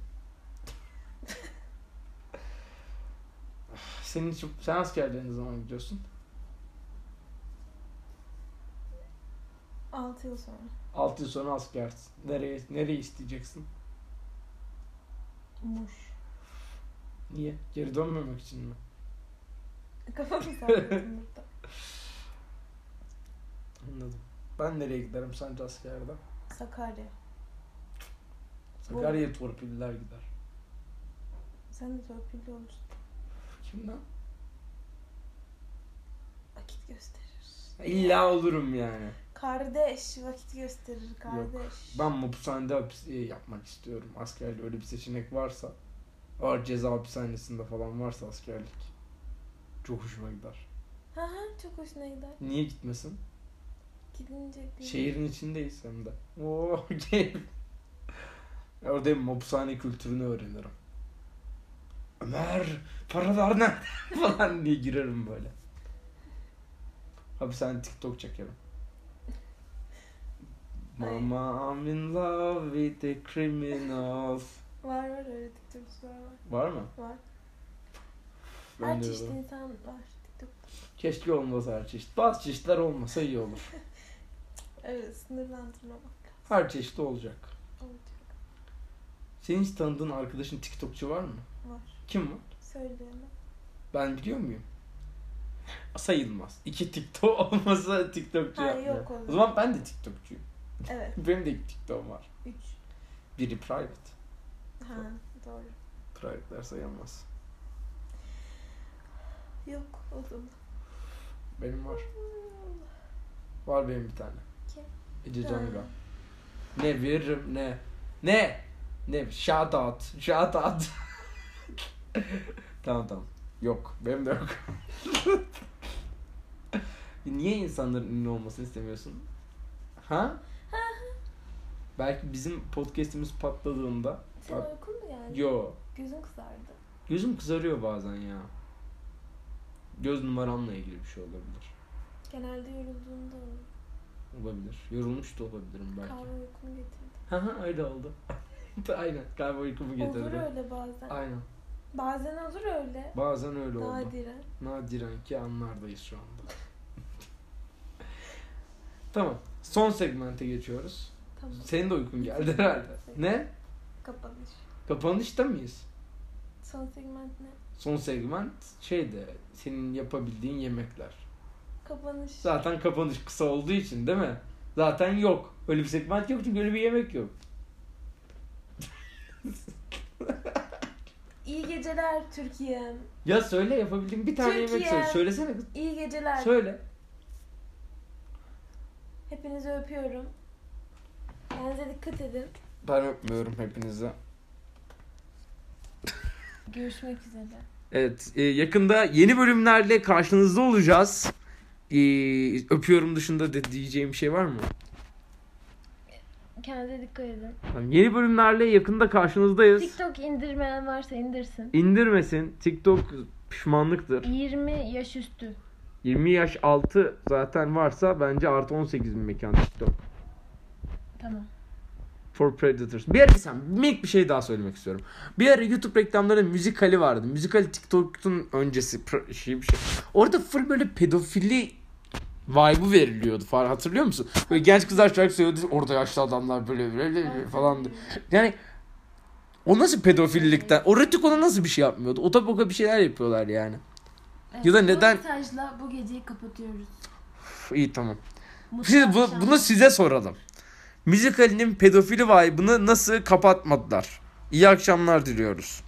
Speaker 1: <laughs> Senin çok, sen askerliğe ne zaman gidiyorsun?
Speaker 2: 6 yıl sonra.
Speaker 1: 6 yıl sonra askersin. Nereye, nereye isteyeceksin?
Speaker 2: Muş.
Speaker 1: Niye? Geri dönmemek için mi?
Speaker 3: E,
Speaker 2: Kafamı
Speaker 1: <laughs>
Speaker 2: salladım burada.
Speaker 1: Anladım. Ben nereye giderim sence askerde?
Speaker 2: Sakarya.
Speaker 1: Sakarya torpiller gider.
Speaker 2: Sen de torpilli olursun.
Speaker 1: Kimden?
Speaker 2: Vakit gösterir.
Speaker 1: İlla olurum yani.
Speaker 3: Kardeş vakit gösterir kardeş.
Speaker 1: Ben hapishanede hapis e, yapmak istiyorum. Askerlik öyle bir seçenek varsa. Ağır ceza hapishanesinde falan varsa askerlik. Çok hoşuma gider.
Speaker 3: Hı hı çok hoşuna gider.
Speaker 1: Niye gitmesin?
Speaker 3: Gidince bir-
Speaker 1: Şehrin içindeyiz hem de. Oo, <laughs> keyif. Orada hem hapishane kültürünü öğrenirim. Ömer paralar nerede? <laughs> falan diye girerim böyle. Hapishane TikTok çekerim.
Speaker 3: <laughs> Ay.
Speaker 1: Mama I'm in love with the criminals.
Speaker 3: Var var öyle TikTokçular var.
Speaker 1: Var mı?
Speaker 3: Var.
Speaker 1: Ben
Speaker 3: Her
Speaker 1: de
Speaker 3: çeşit
Speaker 1: öyle.
Speaker 3: insan var TikTok'ta.
Speaker 1: Keşke olmasa her çeşit. Bazı çeşitler olmasa iyi olur.
Speaker 3: Öyle sınırlandırmamak lazım.
Speaker 1: Her çeşit olacak.
Speaker 3: Olacak.
Speaker 1: Senin hiç tanıdığın arkadaşın TikTokçu var mı?
Speaker 3: Var.
Speaker 1: Kim var?
Speaker 3: Söyleyemem.
Speaker 1: Ben biliyor muyum? Sayılmaz. İki TikTok <laughs> olmasa TikTokçu
Speaker 3: Ha,
Speaker 1: yapmıyor.
Speaker 3: yok o
Speaker 1: o
Speaker 3: zaman.
Speaker 1: zaman ben de TikTokçuyum.
Speaker 3: Evet.
Speaker 1: Benim de iki TikTok'um var.
Speaker 3: Üç.
Speaker 1: Biri private.
Speaker 3: Ha doğru.
Speaker 1: Private'ler sayılmaz.
Speaker 3: Yok Hmm, o zaman.
Speaker 1: Benim var. Var benim bir tane.
Speaker 3: Kim?
Speaker 1: Ece
Speaker 3: Ha.
Speaker 1: Canıga. Ne veririm ne. Ne? Ne? Shout out. Shout out. tamam tamam. Yok. Benim de yok. <laughs> Niye insanların ünlü olmasını istemiyorsun? Ha? Belki bizim podcast'imiz patladığında
Speaker 3: Sen
Speaker 1: Bak-
Speaker 3: uykun mu geldi?
Speaker 1: Yo.
Speaker 3: Gözün kızardı.
Speaker 1: Gözüm kızarıyor bazen ya. Göz numaramla ilgili bir şey olabilir.
Speaker 3: Genelde yorulduğunda olur.
Speaker 1: Olabilir. Yorulmuş da olabilirim belki.
Speaker 3: Kahve uykumu getirdi.
Speaker 1: Ha ha öyle oldu. <laughs> Aynen. Kahve uykumu getirdi.
Speaker 3: Olur öyle bazen.
Speaker 1: Aynen.
Speaker 3: Bazen olur öyle.
Speaker 1: Bazen öyle oldu.
Speaker 3: Nadiren.
Speaker 1: Nadiren ki anlardayız şu anda. <laughs> tamam. Son segmente geçiyoruz.
Speaker 3: Tamam.
Speaker 1: Senin de uykun geldi
Speaker 3: <laughs>
Speaker 1: herhalde. Ne?
Speaker 3: Kapanış.
Speaker 1: Kapanışta mıyız?
Speaker 3: Son segment ne?
Speaker 1: Son segment şeyde senin yapabildiğin yemekler.
Speaker 3: Kapanış.
Speaker 1: Zaten kapanış kısa olduğu için değil mi? Zaten yok. Öyle bir segment yok çünkü öyle bir yemek yok.
Speaker 3: İyi geceler Türkiye'm.
Speaker 1: Ya söyle yapabildiğin bir tane yemek
Speaker 3: Türkiye.
Speaker 1: söyle. Söylesene kız.
Speaker 3: İyi geceler.
Speaker 1: Söyle.
Speaker 3: Hepinizi öpüyorum. Kendinize dikkat edin.
Speaker 1: Ben öpmüyorum hepinize.
Speaker 3: Görüşmek üzere.
Speaker 1: Evet e, yakında yeni bölümlerle karşınızda olacağız. E, öpüyorum dışında de diyeceğim bir şey var mı?
Speaker 2: Kendinize dikkat edin.
Speaker 1: Tamam, yeni bölümlerle yakında karşınızdayız.
Speaker 2: TikTok indirmeyen varsa indirsin.
Speaker 1: İndirmesin. TikTok pişmanlıktır.
Speaker 2: 20 yaş üstü.
Speaker 1: 20 yaş altı zaten varsa bence artı 18 bir mekan TikTok.
Speaker 2: Tamam.
Speaker 1: For Predators. Bir ara sen minik bir şey daha söylemek istiyorum. Bir ara YouTube reklamlarında müzikali vardı. Müzikali TikTok'un öncesi pr- şey bir şey. Orada full böyle pedofili vibe'ı veriliyordu falan hatırlıyor musun? Böyle genç kızlar şarkı söylüyordu. Orada yaşlı adamlar böyle böyle, böyle Ee, falan. Yani o nasıl pedofillikten? O Rıtık ona nasıl bir şey yapmıyordu? O tabi o bir şeyler yapıyorlar yani. Ya da neden-
Speaker 2: Bu mesajla bu geceyi kapatıyoruz.
Speaker 1: Üf, iyi tamam.
Speaker 2: Mutlu
Speaker 1: Siz, bu,
Speaker 2: akşamlar.
Speaker 1: bunu size soralım. Müzikalinin pedofili vibe'ını nasıl kapatmadılar? İyi akşamlar diliyoruz.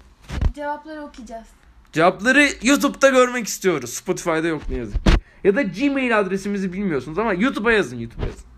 Speaker 3: Cevapları okuyacağız.
Speaker 1: Cevapları YouTube'da görmek istiyoruz. Spotify'da yok ne yazık ki. Ya da Gmail adresimizi bilmiyorsunuz ama YouTube'a yazın YouTube'a yazın.